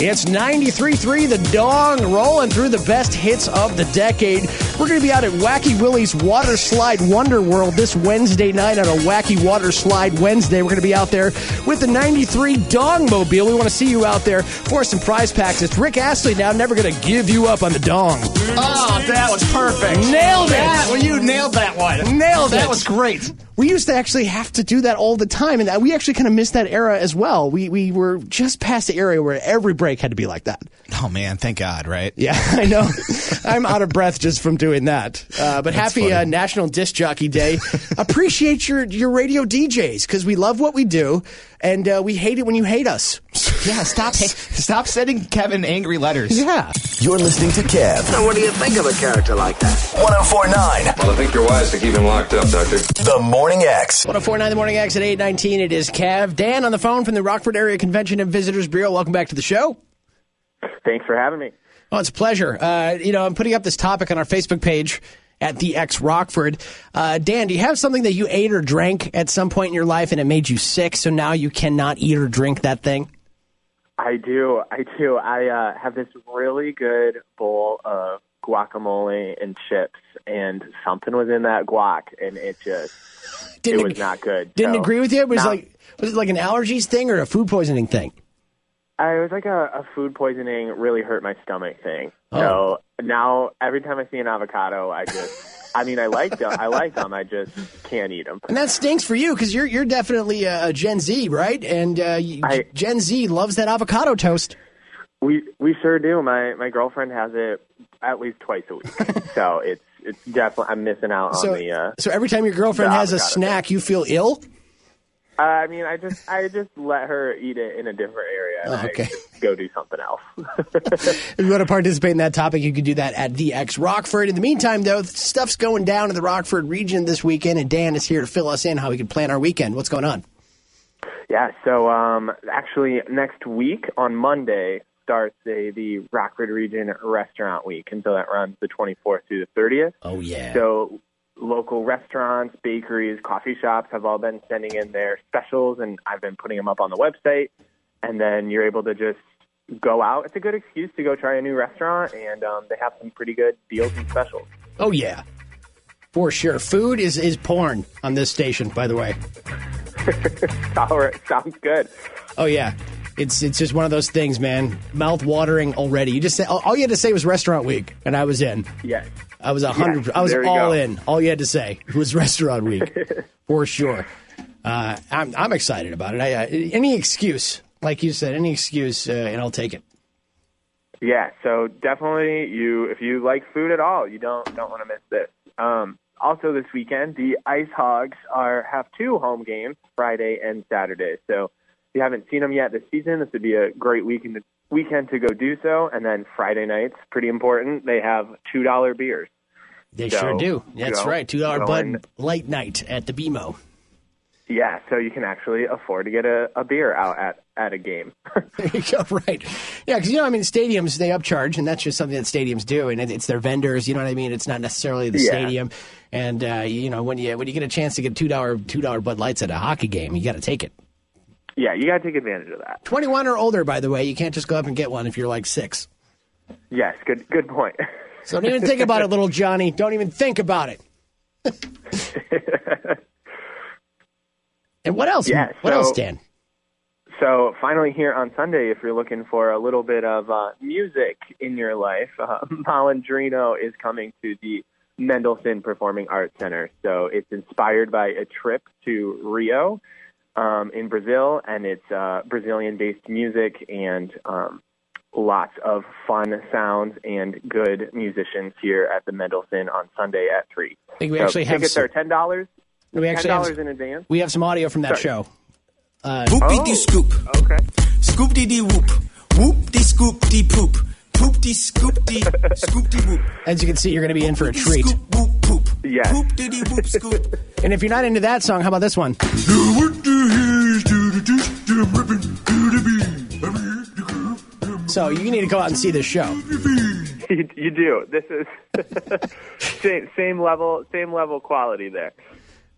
S1: It's 93.3 The Dong rolling through the best hits of the decade. We're going to be out at Wacky Willie's Water Slide Wonder World this Wednesday night on a Wacky Water Slide Wednesday. We're going to be out there with the 93 Dong Mobile. We want to see you out there for some prize packs. It's Rick Astley now, never going to give you up on the Dong.
S8: Oh, that was perfect.
S1: Nailed it.
S8: That- well, you nailed that one.
S1: Nailed it.
S8: That was great.
S1: We used to actually have to do that all the time, and we actually kind of missed that era as well. We we were just past the area where every break had to be like that.
S8: Oh man, thank God, right?
S1: Yeah, I know. I'm out of breath just from doing that. Uh, but
S8: That's
S1: happy
S8: funny.
S1: uh, National Disc Jockey Day. Appreciate your your radio DJs because we love what we do, and uh, we hate it when you hate us.
S8: Yeah, stop stop sending Kevin angry letters.
S1: Yeah.
S6: You're listening to Kev.
S14: what do you think of a character like that?
S6: 1049.
S14: Well, I think you're wise to keep him locked up, Doctor.
S6: The Morning X.
S1: 1049 The Morning X at 819. It is Cav. Dan on the phone from the Rockford Area Convention and Visitors Bureau. Welcome back to the show.
S5: Thanks for having me.
S1: Oh, it's a pleasure. Uh, you know, I'm putting up this topic on our Facebook page at the X Rockford. Uh, Dan, do you have something that you ate or drank at some point in your life and it made you sick, so now you cannot eat or drink that thing?
S5: I do. I do. I uh, have this really good bowl of guacamole and chips, and something was in that guac, and it just
S1: Didn't
S5: it was
S1: ag-
S5: not good.
S1: Didn't
S5: So,
S1: agree with you. It was
S5: no.
S1: like was it like an allergies thing or a food poisoning thing?
S5: I, it was like a, a food poisoning really hurt my stomach thing.
S1: Oh.
S5: So now every time I see an avocado, I just I mean I like them. I like them. I just can't eat them.
S1: And that stinks for you because you're you're definitely a a Gen Z, right? And uh, you- Gen Z loves that avocado toast.
S5: We we sure do. My my girlfriend has it at least twice a week. so it's it's definitely I'm missing out
S1: So-
S5: on the. Uh,
S1: So every time your girlfriend
S5: The
S1: has a
S5: avocado
S1: snack, you feel ill.
S5: Uh, I mean, I just I just let her eat it in a different area. And
S1: Oh,
S5: I
S1: okay.
S5: just go do something else.
S1: If you want to participate in that topic, you can do that at the X Rockford. In the meantime, though, stuff's going down in the Rockford region this weekend, and Dan is here to fill us in how we can plan our weekend. What's going on?
S5: Yeah. So um, actually, next week on Monday starts the the Rockford Region Restaurant Week, and so that runs the 24th through the 30th.
S1: Oh yeah.
S5: So local restaurants, bakeries, coffee shops have all been sending in their specials, and I've been putting them up on the website. And then you're able to just go out. It's a good excuse to go try a new restaurant, and um, they have some pretty good deals and specials.
S1: Oh yeah, for sure. Food is is porn on this station, by the way.
S5: All right, sounds good.
S1: Oh yeah, it's it's just one of those things, man. Mouth watering already. You just say all all you had to say was restaurant week, and I was in.
S5: Yes.
S1: I was a hundred.
S5: Yes,
S1: I was
S5: there you
S1: all
S5: go.
S1: in. All you had to say was restaurant week for sure. Uh, I'm I'm excited about it. I, uh, any excuse, like you said, any excuse, uh, and I'll take it.
S5: Yeah, so definitely you if you like food at all, you don't don't want to miss this. Um, also this weekend, the Ice Hogs are have two home games, Friday and Saturday. So if you haven't seen them yet this season, this would be a great weekend weekend to go do so. And then Friday nights, pretty important. They have two dollar beers.
S1: They
S5: So,
S1: sure do. That's
S5: go-
S1: right. Two dollar
S5: go
S1: bud
S5: and-
S1: late night at the BMO.
S5: Yeah, so you can actually afford to get a, a beer out at at a game.
S1: There you go. Right. Yeah, because you know, I mean, stadiums they upcharge, and that's just something that stadiums do, and it, it's their vendors. You know what I mean? It's not necessarily the
S5: Yeah.
S1: stadium. And uh, you know, when you when you get a chance to get two dollar two dollar Bud Lights at a hockey game, you got to take it.
S5: yeah, you got to take advantage of that.
S1: Twenty one or older, by the way, you can't just go up and get one if you're like six.
S5: Yes, good good point.
S1: So don't even think about it, little Johnny. Don't even think about it. and what else?
S5: Yeah,
S1: what
S5: so-
S1: else, Dan?
S5: So finally, here on Sunday, if you're looking for a little bit of uh, music in your life, uh, Malandrino is coming to the Mendelssohn Performing Arts Center. So it's inspired by a trip to Rio um, in Brazil, and it's uh, Brazilian-based music and um, lots of fun sounds and good musicians here at the Mendelssohn on Sunday at three.
S1: I think we
S5: So
S1: actually have
S5: tickets
S1: some-
S5: are ten dollars.
S1: We actually
S5: ten dollars
S1: have,
S5: in advance.
S1: we have some audio from that show. Uh,
S21: Boopy dee scoop. Okay. Scoop dee dee whoop. Whoop dee scoop dee poop. Poop dee scoop dee scoop dee whoop.
S1: As you can see, you're going to be in for a treat.
S5: Yeah.
S21: Poop dee dee whoop scoop.
S1: And if you're not into that song, how about this one? So you need to go out and see this show.
S5: you, you do. This is same same level same level quality there.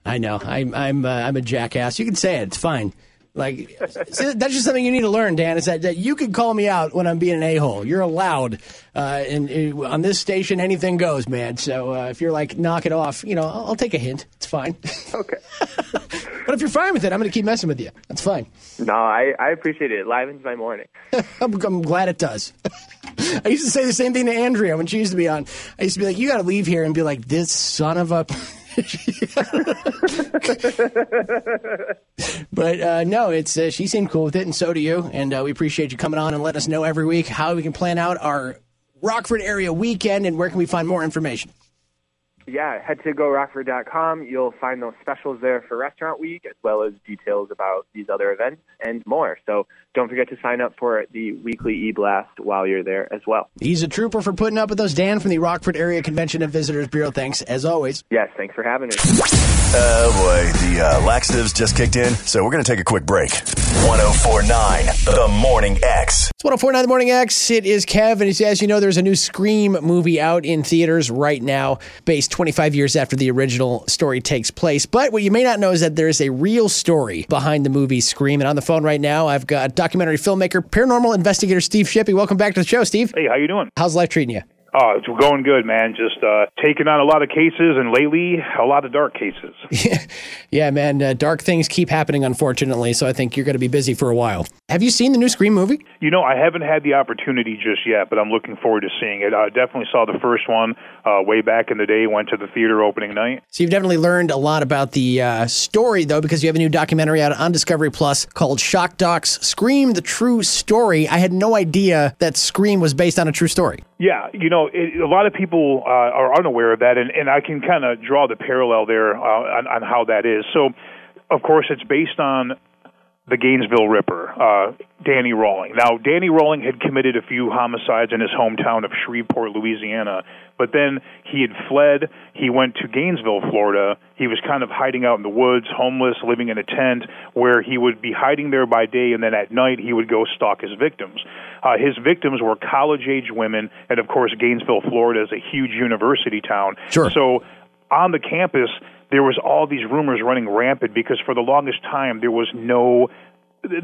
S1: I know. I'm I'm uh, I'm a jackass. You can say it. It's fine. Like see, that's just something you need to learn, Dan. Is that, that you can call me out when I'm being an a hole. You're allowed, uh, and uh, on this station, anything goes, man. So uh, if you're like, knock it off, you know, I'll, I'll take a hint. It's fine.
S5: Okay.
S1: but if you're fine with it, I'm going to keep messing with you. That's fine.
S5: No, I, I appreciate it. It livens my morning.
S1: I'm, I'm glad it does. I used to say the same thing to Andrea when she used to be on. I used to be like, "You got to leave here," and be like, "This son of a." but uh, no, it's uh, she seemed cool with it, and so do you. And uh, we appreciate you coming on and letting us know every week how we can plan out our Rockford area weekend and where can we find more information.
S5: Yeah, head to gorockford.com. You'll find those specials there for Restaurant Week, as well as details about these other events and more. So don't forget to sign up for the weekly e blast while you're there as well.
S1: He's a trooper for putting up with us, Dan from the Rockford Area Convention and Visitors Bureau. Thanks as always.
S5: Yes, thanks for having us.
S6: Oh boy, the uh, laxatives just kicked in, so we're going to take a quick break. 1049, The Morning X.
S1: It's 1049 The Morning X. It is Kev, and as you know, there's a new Scream movie out in theaters right now, based 25 years after the original story takes place. But what you may not know is that there is a real story behind the movie Scream. And on the phone right now, I've got documentary filmmaker, paranormal investigator Steve Shippey. Welcome back to the show, Steve.
S3: Hey, how you doing?
S1: How's life treating you?
S3: Oh, it's going good, man. Just uh, taking on a lot of cases, and lately, a lot of dark cases.
S1: Yeah, man, uh, dark things keep happening, unfortunately. So I think you're going to be busy for a while. Have you seen the new Scream movie?
S3: You know, I haven't had the opportunity just yet, but I'm looking forward to seeing it. I definitely saw the first one uh, way back in the day. Went to the theater opening night.
S1: So you've definitely learned a lot about the uh, story, though, because you have a new documentary out on Discovery Plus called Shock Docs Scream the True Story. I had no idea that Scream was based on a true story.
S3: Yeah, you know, it, a lot of people uh, are unaware of that, and, and I can kind of draw the parallel there uh, on, on how that is. So, of course, it's based on the Gainesville Ripper, uh, Danny Rawling. Now, Danny Rawling had committed a few homicides in his hometown of Shreveport, Louisiana, but then he had fled. He went to Gainesville, Florida. He was kind of hiding out in the woods, homeless, living in a tent, where he would be hiding there by day, and then at night he would go stalk his victims. Uh, his victims were college age women, and of course, Gainesville, Florida is a huge university town.
S1: Sure.
S3: So on the campus, there was all these rumors running rampant because for the longest time there was no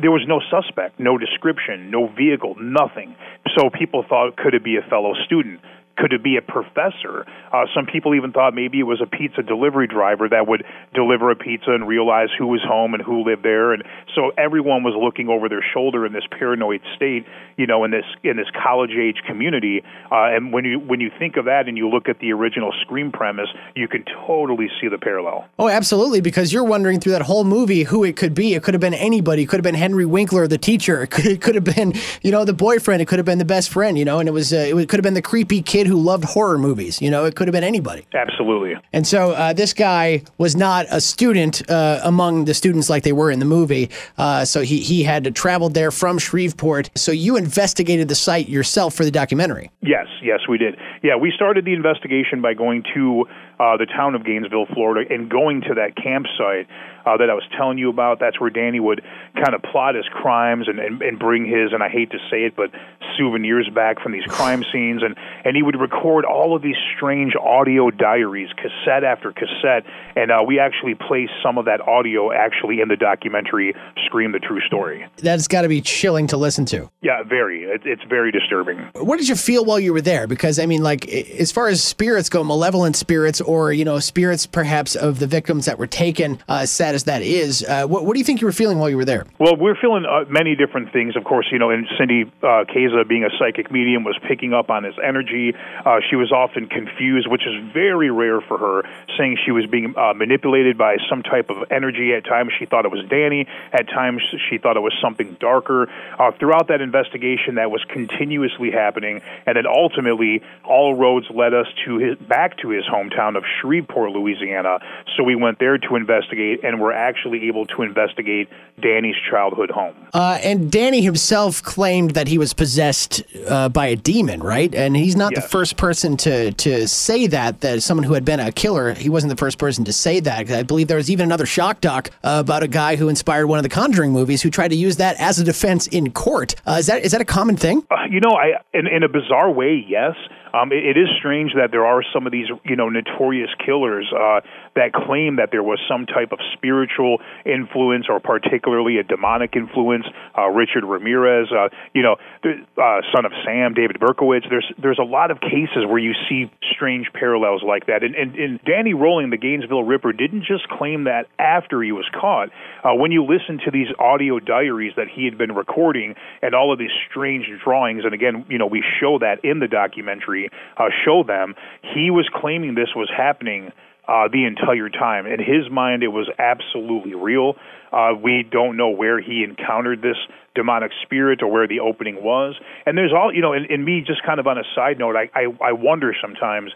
S3: there was no suspect, no description, no vehicle, nothing. So people thought could it be a fellow student? Could it be a professor? Uh, some people even thought maybe it was a pizza delivery driver that would deliver a pizza and realize who was home and who lived there. And so everyone was looking over their shoulder in this paranoid state, you know, in this in this college age community. Uh, and when you when you think of that and you look at the original Scream premise, you can totally see the parallel.
S1: Oh, absolutely, because you're wondering through that whole movie who it could be. It could have been anybody. It could have been Henry Winkler, the teacher. It could, it could have been, you know, the boyfriend. It could have been the best friend, you know, and it was uh, it could have been the creepy kid who loved horror movies. You know, it could have been anybody.
S3: Absolutely.
S1: And so uh, this guy was not a student uh, among the students like they were in the movie. Uh, so he, he had traveled there from Shreveport. So you investigated the site yourself for the documentary.
S3: Yes, yes, we did. Yeah, we started the investigation by going to uh, the town of Gainesville, Florida, and going to that campsite uh, that I was telling you about. That's where Danny would kind of plot his crimes and, and, and bring his, and I hate to say it, but souvenirs back from these crime scenes. And, and he would record all of these strange audio diaries, cassette after cassette. And uh, we actually placed some of that audio actually in the documentary Scream the True Story.
S1: That's got to be chilling to listen to.
S3: Yeah, very. It, it's very disturbing.
S1: What did you feel while you were there? Because, I mean, like, i- as far as spirits go, malevolent spirits or, you know, spirits perhaps of the victims that were taken, uh, sad as that is, uh, what, what do you think you were feeling while you were there?
S3: Well, we're feeling uh, many different things, of course. You know, and Cindy uh, Keza, being a psychic medium, was picking up on his energy. Uh, she was often confused, which is very rare for her, saying she was being uh, manipulated by some type of energy. At times, she thought it was Danny. At times, she thought it was something darker. Uh, throughout that investigation, that was continuously happening, and then ultimately, all roads led us to his back to his hometown of Shreveport, Louisiana. So we went there to investigate, and were actually able to investigate Danny's childhood home.
S1: Uh, and Danny himself claimed that he was possessed uh, by a demon, right? And he's not the
S3: Yes.
S1: first person to to say that. That someone who had been a killer, he wasn't the first person to say that. I believe there was even another shock doc uh, about a guy who inspired one of the Conjuring movies, who tried to use that as a defense in court. Uh, is that is that a common thing?
S3: Uh, you know, I in, in a bizarre way, yes. Um, it, it is strange that there are some of these, you know, notorious killers uh, that claim that there was some type of spiritual influence or particularly a demonic influence. Uh, Richard Ramirez, uh, you know, th- uh, son of Sam, David Berkowitz. There's there's a lot of cases where you see strange parallels like that. And, and, and Danny Rolling, the Gainesville Ripper, didn't just claim that after he was caught. Uh, when you listen to these audio diaries that he had been recording and all of these strange drawings, and again, you know, we show that in the documentary, uh, show them, he was claiming this was happening uh, the entire time. In his mind, it was absolutely real. Uh, we don't know where he encountered this demonic spirit or where the opening was. And there's all, you know, and, and me just kind of on a side note, I, I, I wonder sometimes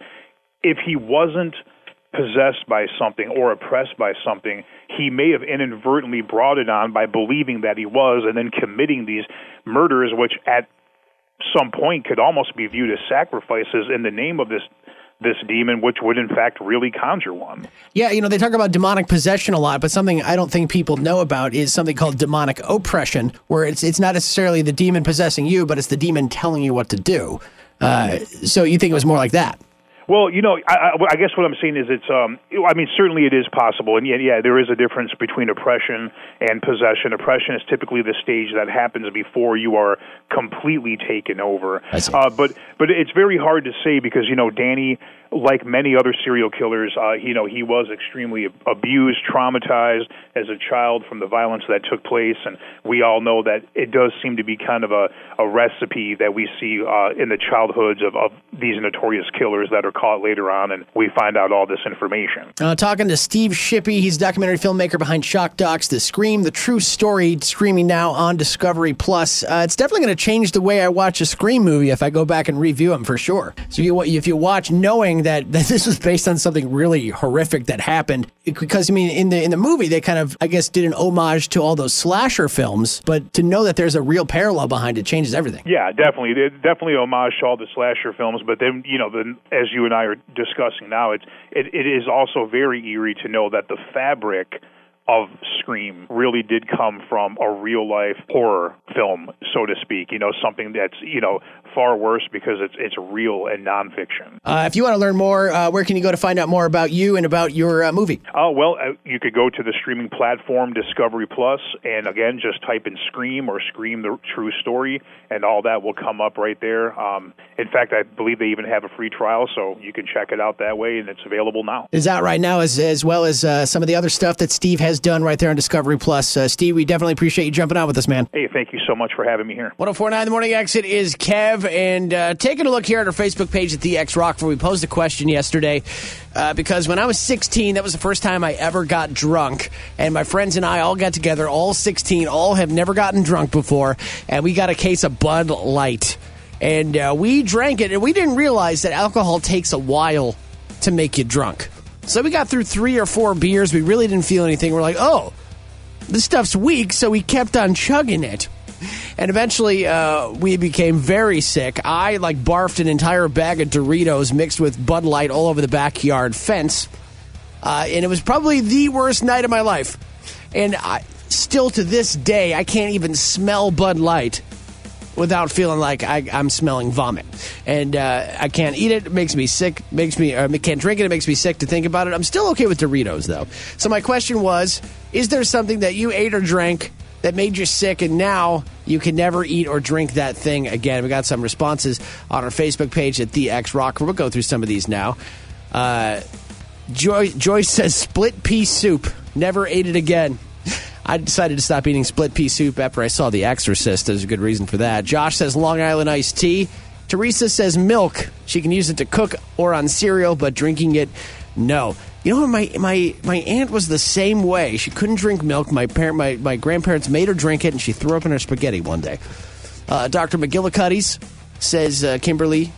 S3: if he wasn't possessed by something or oppressed by something, he may have inadvertently brought it on by believing that he was and then committing these murders, which at some point could almost be viewed as sacrifices in the name of this this demon, which would in fact really conjure one.
S1: Yeah, you know, they talk about demonic possession a lot, but something I don't think people know about is something called demonic oppression, where it's it's not necessarily the demon possessing you, but it's the demon telling you what to do. Uh, so you think it was more like that?
S3: Well, you know, I, I, I guess what I'm saying is it's. Um, I mean, certainly it is possible, and yeah, yeah, there is a difference between oppression and possession. Oppression is typically the stage that happens before you are completely taken over. Uh, but but it's very hard to say because you know Danny, like many other serial killers, uh, you know he was extremely abused, traumatized as a child from the violence that took place, and we all know that it does seem to be kind of a, a recipe that we see uh, in the childhoods of, of these notorious killers that are caught later on, and we find out all this information.
S1: Uh, talking to Steve Shippey, he's a documentary filmmaker behind Shock Docs, The Scream, The True Story, streaming now on Discovery Plus. Uh, it's definitely going to change the way I watch a Scream movie if I go back and review them for sure. So you, if you watch knowing that, that this was based on something really horrific that happened, it- because I mean in the in the movie they kind of I guess did an homage to all those slasher films, but to know that there's a real parallel behind it changes everything.
S3: Yeah, definitely. They're definitely homage to all the slasher films, but then you know, then as you and I are discussing now, it's it, it is also very eerie to know that the fabric of Scream really did come from a real life horror film, so to speak. You know, something that's you know far worse because it's it's real and nonfiction.
S1: Uh, if you want to learn more, uh, where can you go to find out more about you and about your uh, movie?
S3: Oh well, uh, you could go to the streaming platform Discovery Plus, and again, just type in "Scream" or "Scream: The True Story," and all that will come up right there. Um, in fact, I believe they even have a free trial, so you can check it out that way, and it's available now.
S1: is out right now, as as well as uh, some of the other stuff that Steve has done right there on Discovery Plus. Uh, Steve, we definitely appreciate you jumping on with us, man.
S3: Hey, thank you so much for having me here.
S1: 1049 The Morning Exit is Kev, and uh, taking a look here at our Facebook page at The X Rock, where we posed a question yesterday. Uh, because when I was 16, that was the first time I ever got drunk, and my friends and I all got together, all 16, all have never gotten drunk before, and we got a case of Bud Light. And uh, we drank it, and we didn't realize that alcohol takes a while to make you drunk. So we got through three or four beers, we really didn't feel anything. We're like, oh, this stuff's weak, so we kept on chugging it. And eventually, uh, we became very sick. I like barfed an entire bag of Doritos mixed with Bud Light all over the backyard fence, uh, and it was probably the worst night of my life. And I, still to this day, I can't even smell Bud Light without feeling like I, I'm smelling vomit, and uh, I can't eat it. It makes me sick. Makes me uh, can't drink it. It makes me sick to think about it. I'm still okay with Doritos though. So my question was: Is there something that you ate or drank that made you sick, and now you can never eat or drink that thing again? We got some responses on our Facebook page at the X Rock. We'll go through some of these now. Uh, Joy, Joyce says split pea soup. Never ate it again. I decided to stop eating split pea soup after I saw The Exorcist. There's a good reason for that. Josh says Long Island iced tea. Teresa says milk. She can use it to cook or on cereal, but drinking it, no. You know, my my my aunt was the same way. She couldn't drink milk. My parent, my my grandparents made her drink it, and she threw up in her spaghetti one day. Uh, Doctor McGillicuddy's says uh, Kimberly it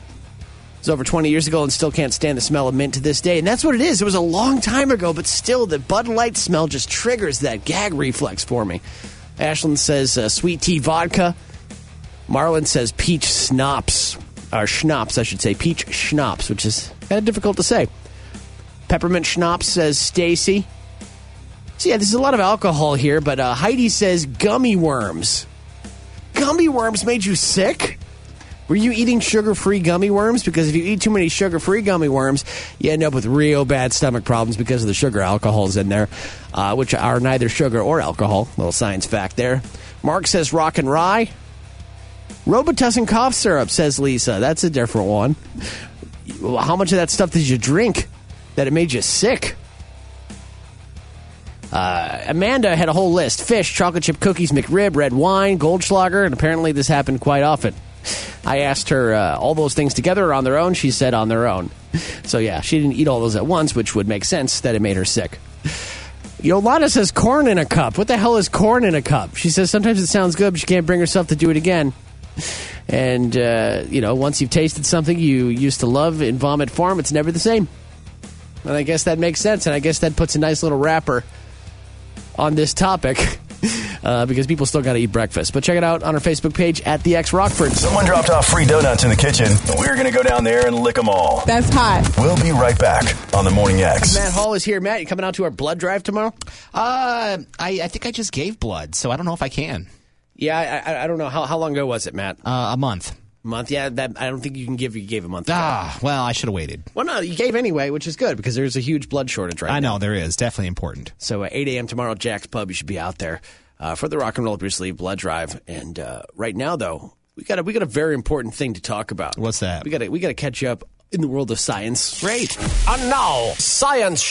S1: was over 20 years ago and still can't stand the smell of mint to this day. And that's what it is. It was a long time ago, but still, the Bud Light smell just triggers that gag reflex for me. Ashland says uh, sweet tea vodka. Marlon says peach schnapps, or schnapps, I should say, peach schnapps, which is kind of difficult to say. Peppermint schnapps says Stacy. So, yeah, there's a lot of alcohol here, but uh, Heidi says gummy worms. Gummy worms made you sick? Were you eating sugar-free gummy worms? Because if you eat too many sugar-free gummy worms, you end up with real bad stomach problems because of the sugar alcohols in there, uh, which are neither sugar or alcohol. Little science fact there. Mark says rock and rye. Robitussin cough syrup, says Lisa. That's a different one. How much of that stuff did you drink that it made you sick? Uh, Amanda had a whole list fish, chocolate chip cookies, McRib, red wine, Goldschlager, and apparently this happened quite often. I asked her uh, all those things together or on their own. She said on their own. So, yeah, she didn't eat all those at once, which would make sense that it made her sick. Yolanda says corn in a cup. What the hell is corn in a cup? She says sometimes it sounds good, but she can't bring herself to do it again. And, uh, you know, once you've tasted something you used to love in vomit form, it's never the same. And I guess that makes sense. And I guess that puts a nice little wrapper on this topic uh, because people still got to eat breakfast. But check it out on our Facebook page at the X Rockford.
S6: Someone dropped off free donuts in the kitchen. We're going to go down there and lick them all.
S1: That's hot.
S6: We'll be right back on the Morning X.
S1: Matt Hall is here. Matt, you coming out to our blood drive tomorrow?
S8: Uh, I, I think I just gave blood, so I don't know if I can.
S1: Yeah, I, I, I don't know how how long ago was it, Matt?
S8: Uh, a month.
S1: Month? Yeah, that I don't think you can give. You gave a month. ago.
S8: Ah, well, I should have waited.
S1: Well, no, you gave anyway, which is good because there's a huge blood shortage right
S8: I
S1: now.
S8: know there is definitely important.
S1: So uh, 8 a.m. tomorrow, Jack's Pub. You should be out there uh, for the Rock and Roll Bruce Lee Blood Drive. And uh, right now, though, we got a, we got a very important thing to talk about.
S8: What's that?
S1: We got to we got to catch you up in the world of science.
S8: Great.
S1: And now, science.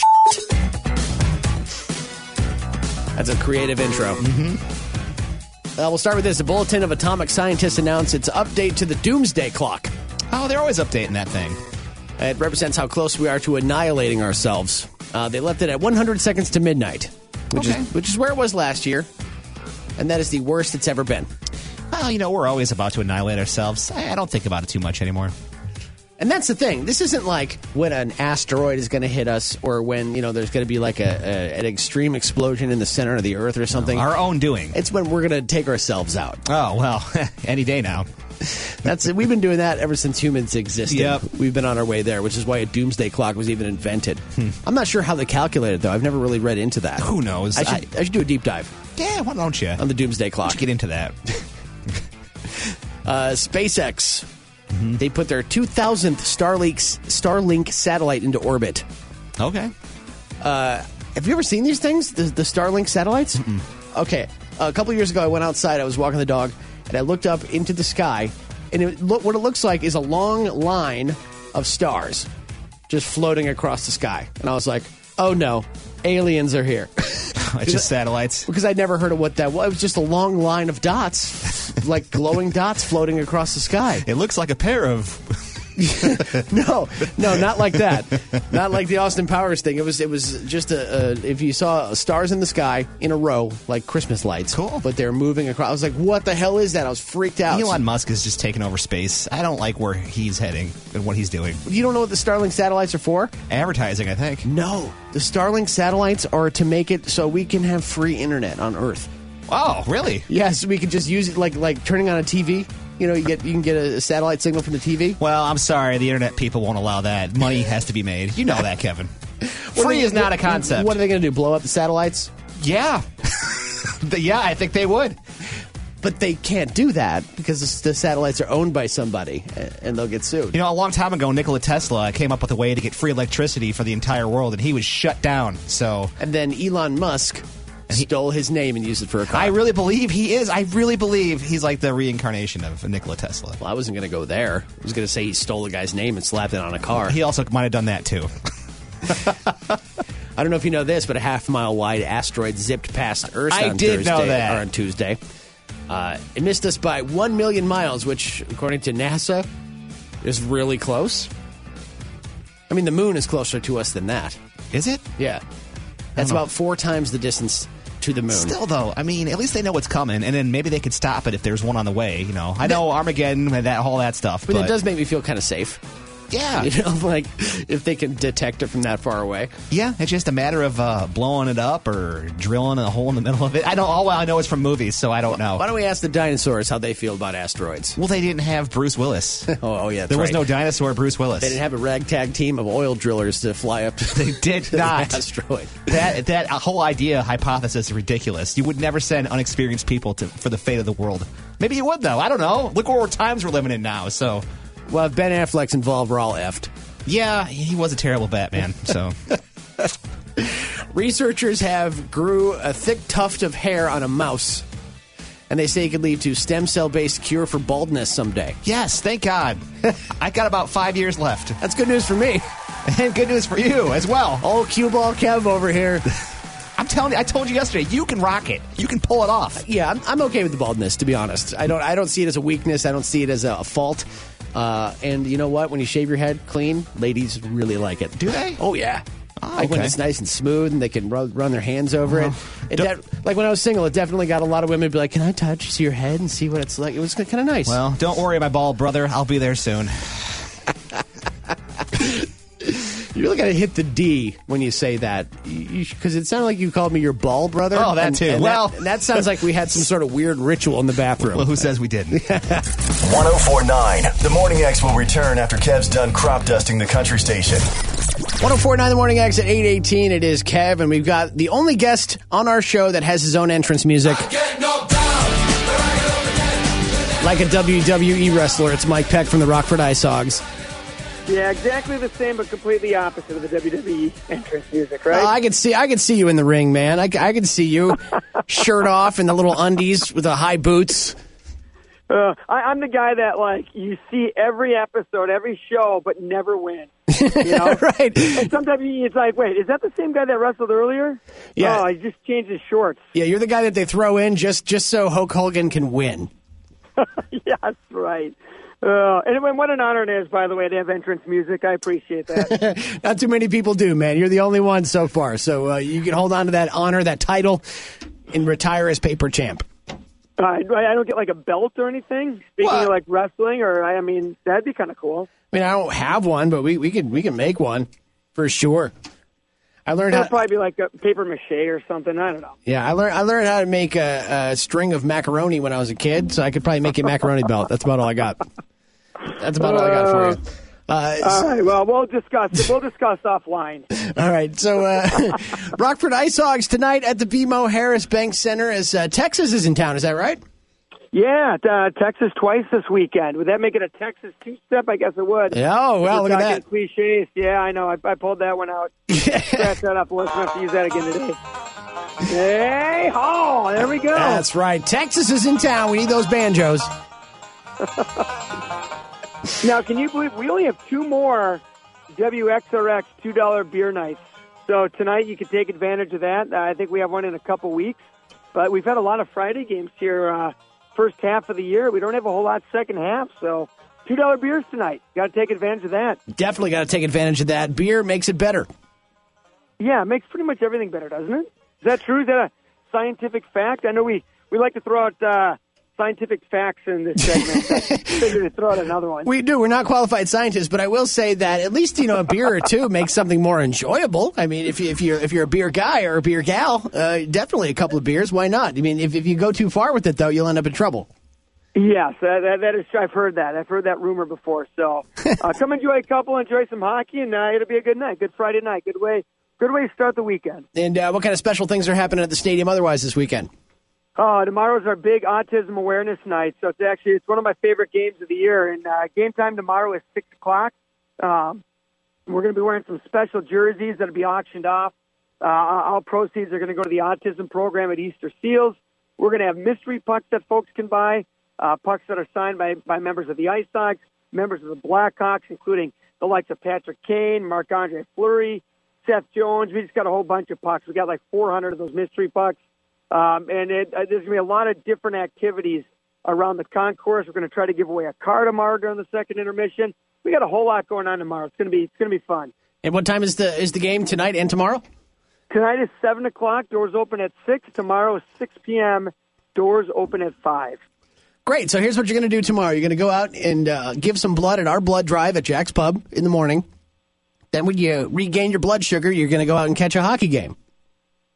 S1: That's a creative intro.
S8: Mm-hmm.
S1: Uh, we'll start with this. The Bulletin of Atomic Scientists announced its update to the Doomsday Clock.
S8: Oh, they're always updating that thing.
S1: It represents how close we are to annihilating ourselves. Uh, they left it at 100 seconds to midnight, which
S8: Okay.
S1: is which is where it was last year, and that is the worst it's ever been.
S8: Well, you know we're always about to annihilate ourselves. I, I don't think about it too much anymore.
S1: And that's the thing. This isn't like when an asteroid is going to hit us, or when you know there's going to be like a, a an extreme explosion in the center of the Earth or something.
S8: Our own doing.
S1: It's when we're going to take ourselves out.
S8: Oh well, any day now.
S1: That's it. We've been doing that ever since humans existed.
S8: Yep.
S1: We've been on our way there, which is why a doomsday clock was even invented. I'm not sure how they calculate it though. I've never really read into that.
S8: Hmm. Who knows?
S1: I should, I, should do a deep dive
S8: Yeah, why don't you?
S1: on the doomsday clock.
S8: Let's get into that.
S1: Uh, SpaceX. They put their 2000th Starlink Starlink satellite into orbit. Uh,
S8: Okay.
S1: Have you ever seen these things? The, the Starlink satellites? Okay. A couple years ago, I went outside. I was walking the dog, and I looked up into the sky, and it, look, what it looks like is a long line of stars just floating across the sky. And I was like, oh no, aliens are here.
S8: It's just satellites.
S1: because I'd never heard of what that was. It was just a long line of dots, like glowing dots floating across the sky.
S8: It looks like a pair of.
S1: No, no, not like that. Not like the Austin Powers thing. It was, it was just a, a if you saw stars in the sky in a row like Christmas lights.
S8: Cool.
S1: but they're moving across. I was like, what the hell is that? I was freaked out.
S8: Elon Musk is just taking over space. I don't like where he's heading and what he's doing.
S1: you don't know what the Starlink satellites are for?
S8: Advertising, I think.
S1: No, the Starlink satellites are to make it so we can have free internet on Earth.
S8: Oh, really?
S1: Yes, we can just use it like like turning on a TV. You know, you get you can get a satellite signal from the TV.
S8: Well, I'm sorry, the internet people won't allow that. Money has to be made. You know that, Kevin.
S1: What are
S8: Free
S1: they-
S8: is not a
S1: what-
S8: concept.
S1: What are they going to do? Blow up the satellites?
S8: yeah. yeah, I think they would.
S1: But they can't do that because the satellites are owned by somebody a- and they'll get sued.
S8: You know, a long time ago, Nikola Tesla came up with a way to get free electricity for the entire world, and he was shut down. So
S1: And then Elon Musk stole his name and used it for a car.
S8: I really believe he is. I really believe he's like the reincarnation of Nikola Tesla.
S1: Well, I wasn't going to go there. I was going to say he stole the guy's name and slapped it on a car.
S8: He also might have done that too.
S1: I don't know if you know this, but a half mile wide asteroid zipped past Earth
S8: I
S1: on
S8: did
S1: Thursday,
S8: know that.
S1: or on Tuesday. Uh, it missed us by 1 million miles, which, according to NASA, is really close. I mean, the moon is closer to us than that.
S8: Is it?
S1: Yeah. That's about four times the distance to the moon.
S8: Still, though, I mean, at least they know what's coming, and then maybe they could stop it if there's one on the way. You know, I know Armageddon and that all that stuff,
S1: but
S8: but
S1: it does make me feel kind of safe.
S15: Yeah.
S1: You know, like if they can detect it from that far away.
S8: Yeah, it's just a matter of uh, blowing it up or drilling a hole in the middle of it. I don't. All I know is from movies, so I don't know.
S1: Why don't we ask the dinosaurs how they feel about asteroids?
S8: Well, they didn't have Bruce Willis.
S1: oh, oh, yeah, that's
S8: there was
S1: right.
S8: no dinosaur Bruce Willis.
S1: They didn't have a ragtag team of oil drillers to fly up. To
S8: They did not.
S1: The asteroid.
S8: That that whole idea hypothesis is ridiculous. You would never send unexperienced people to for the fate of the world. Maybe you would though. I don't know. Look what times we're living in now. So,
S1: well, if Ben Affleck's involved. We're all effed.
S8: Yeah, he was a terrible Batman. So.
S1: Researchers have grew a thick tuft of hair on a mouse, and they say it could lead to stem cell based cure for baldness someday.
S8: Yes, thank God. I got about five years left.
S1: That's good news for me.
S8: And good news for you as well.
S1: Old cue ball Kev over here.
S8: I'm telling you, I told you yesterday, you can rock it. You can pull it off.
S1: Yeah, I'm, I'm okay with the baldness, to be honest. I don't I don't see it as a weakness. I don't see it as a, a fault. Uh, and you know what? When you shave your head clean, ladies really like it.
S8: Do they?
S1: Oh yeah.
S8: Oh,
S1: Like when
S8: okay. Uh-huh.
S1: it's nice and smooth, and they can run, run their hands over it. it
S8: Don't-
S1: def- like when I was single, it definitely got a lot of women to be like, "Can I touch see your head and see what it's like?" It was kind of nice.
S8: Well, don't worry, my bald brother. I'll be there soon.
S1: You really got to hit the D when you say that, because it sounded like you called me your ball brother.
S8: Oh, that
S1: and-
S8: too.
S1: and that-
S8: Well-
S1: and that sounds like we had some sort of weird ritual in the bathroom.
S8: Well, who says we didn't?
S6: 1049. The Morning X will return after Kev's done crop dusting the country station.
S1: 1049 The Morning X at 818. It is Kev, and we've got the only guest on our show that has his own entrance music. Like a WWE wrestler, it's Mike Peck from the Rockford Ice Hogs.
S4: Yeah, exactly the same, but completely opposite of the WWE entrance music, right?
S1: Oh, I could see, I could see you in the ring, man. I, c- I could see you, shirt off and the little undies with the high boots.
S4: Uh, I, I'm the guy that like you see every episode, every show, but never win. You know?
S1: right.
S4: And sometimes you- it's like, wait, is that the same guy that wrestled earlier?
S1: Yeah.
S4: Oh, he just changed his shorts.
S1: Yeah, you're the guy that they throw in just just so Hulk Hogan can win.
S4: yeah, that's right. Uh, and and what an honor it is, by the way, to have entrance music. I appreciate that.
S1: Not too many people do, man. You're the only one so far, so uh, you can hold on to that honor, that title, and retire as paper champ.
S4: I, Uh, I don't get like a belt or anything. Speaking
S1: What?
S4: of like wrestling, or I mean, that'd be kind of cool.
S1: I mean, I don't have one, but we, we could we can make one for sure. I learned
S4: It'll
S1: how.
S4: probably be like a paper mache or something. I don't know.
S1: Yeah, I learned I learned how to make a, a string of macaroni when I was a kid, so I could probably make a macaroni belt. That's about all I got. That's about all I got for you. Uh,
S4: All right. Well, we'll discuss. We'll discuss offline.
S1: All right, so uh, Rockford Ice Hogs tonight at the BMO Harris Bank Center as uh, Texas is in town. Is that right?
S4: Yeah, t- uh, Texas twice this weekend. Would that make it a Texas two-step? I guess it would.
S1: Yeah, oh, well,
S4: We're
S1: look at
S4: talking
S1: that.
S4: Cliches. Yeah, I know. I, I pulled that one out. Scratch that up. Let's have to use that again today. Hey, ho! There we go.
S1: That's right. Texas is in town. We need those banjos.
S4: Now, can you believe we only have two more WXRX two dollar beer nights? So tonight you can take advantage of that. Uh, I think we have one in a couple weeks, but we've had a lot of Friday games here. Uh, first half of the year, we don't have a whole lot second half. So two dollar beers tonight. Got to take advantage of that.
S1: Definitely got to take advantage of that. Beer makes it better.
S4: Yeah, it makes pretty much everything better, doesn't it? Is that true? Is that a scientific fact? I know we we like to throw out uh, scientific facts in this segment. so I figured to throw out another one.
S1: We do. We're not qualified scientists, but I will say that at least you know a beer or two makes something more enjoyable. I mean, if you, if you're if you're a beer guy or a beer gal, uh, definitely a couple of beers. Why not? I mean, if, if you go too far with it though, you'll end up in trouble.
S4: Yes, that, that, that is. I've heard that. I've heard that rumor before. So uh, come enjoy a couple, enjoy some hockey, and uh, it'll be a good night. Good Friday night. Good way. Good way to start the weekend.
S1: And uh, what kind of special things are happening at the stadium otherwise this weekend?
S4: Uh, tomorrow's our big autism awareness night, so it's actually it's one of my favorite games of the year. And uh, game time tomorrow is six o'clock. Um, we're going to be wearing some special jerseys that'll be auctioned off. Uh, all proceeds are going to go to the autism program at Easter Seals. We're going to have mystery pucks that folks can buy, uh, pucks that are signed by by members of the Ice Dogs, members of the Blackhawks, including the likes of Patrick Kane, Marc Andre Fleury, Seth Jones. We just got a whole bunch of pucks. We got like 400 of those mystery pucks. Um, and it, uh, there's going to be a lot of different activities around the concourse. We're going to try to give away a car tomorrow during the second intermission. We got a whole lot going on tomorrow. It's going to be it's going to be fun.
S1: And what time is the is the game tonight and tomorrow?
S4: Tonight is seven o'clock. Doors open at six. Tomorrow is six p.m. Doors open at five.
S1: Great. So here's what you're going to do tomorrow. You're going to go out and uh, give some blood at our blood drive at Jack's Pub in the morning. Then when you regain your blood sugar, you're going to go out and catch a hockey game.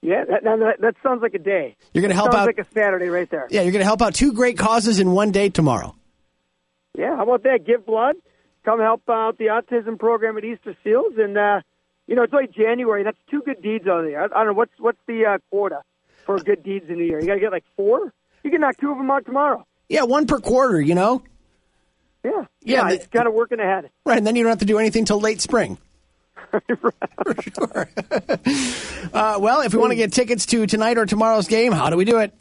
S4: Yeah, that, that, that sounds like a day.
S1: You're gonna
S4: That
S1: help
S4: sounds
S1: out-
S4: like a Saturday right there.
S1: Yeah, you're going to help out two great causes in one day tomorrow.
S4: Yeah, how about that? Give blood. Come help out the autism program at Easter Seals, and uh, you know it's only January. That's two good deeds out of there. I, I don't know what's what's the uh, quota for good deeds in a year. You got to get like four. You can knock two of them out tomorrow.
S1: Yeah, one per quarter, you know?
S4: Yeah,
S1: Yeah,
S4: it's kind of working ahead.
S1: Right, and then you don't have to do anything till late spring. Uh, For sure. uh, well, if we want to get tickets to tonight or tomorrow's game, how do we do it?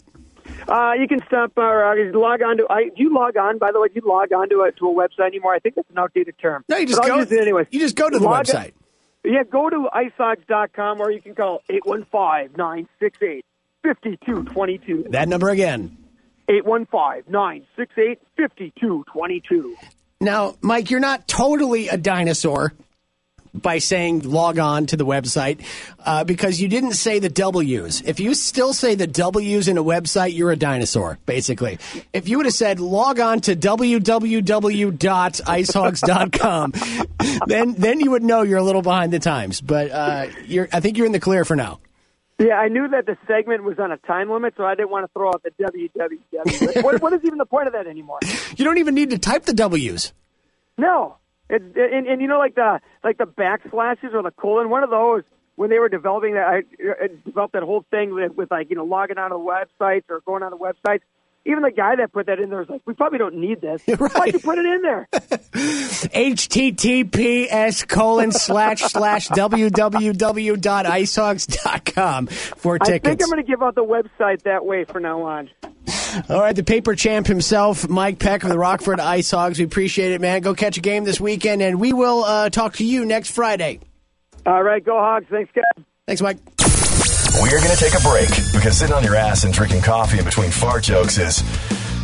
S4: Uh, you can stop or uh, just log on to. I, do you log on? By the way, do you log on to a, to a website anymore? I think that's an outdated term.
S1: No, you just
S4: But I'll
S1: go-
S4: use it anyways.
S1: you just go to the
S4: Log-
S1: website.
S4: Yeah, go to isox.com or you can call 815-968-5222.
S1: That number again.
S4: 815-968-5222.
S1: Now, Mike, you're not totally a dinosaur by saying log on to the website uh, because you didn't say the W's. If you still say the W's in a website, you're a dinosaur, basically. If you would have said log on to www.icehogs.com, then then you would know you're a little behind the times. But uh, you're, I think you're in the clear for now.
S4: Yeah, I knew that the segment was on a time limit, so I didn't want to throw out the www. But what, what is even the point of that anymore?
S1: You don't even need to type the W's.
S4: No, it, and, and you know, like the like the backslashes or the colon. One of those when they were developing that, I, I developed that whole thing with, with like you know logging on to websites or going on to websites. Even the guy that put that in there was like, "We probably don't need this. Why'd you put it in there?"
S1: https colon slash slash www.icehogs.com for
S4: I think
S1: tickets.
S4: I'm going to give out the website that way from now on.
S1: All right, the paper champ himself, Mike Peck of the Rockford Ice Hogs. We appreciate it, man. Go catch a game this weekend, and we will uh, talk to you next Friday.
S4: All right, go Hogs. Thanks, guys.
S1: Thanks, Mike.
S6: We are going to take a break because sitting on your ass and drinking coffee in between fart jokes is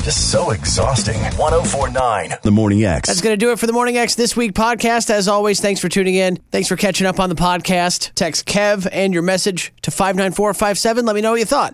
S6: just so exhausting. 1049.
S17: The Morning X.
S1: That's going to do it for the Morning X This Week podcast. As always, thanks for tuning in. Thanks for catching up on the podcast. Text Kev and your message to 59457. Let me know what you thought.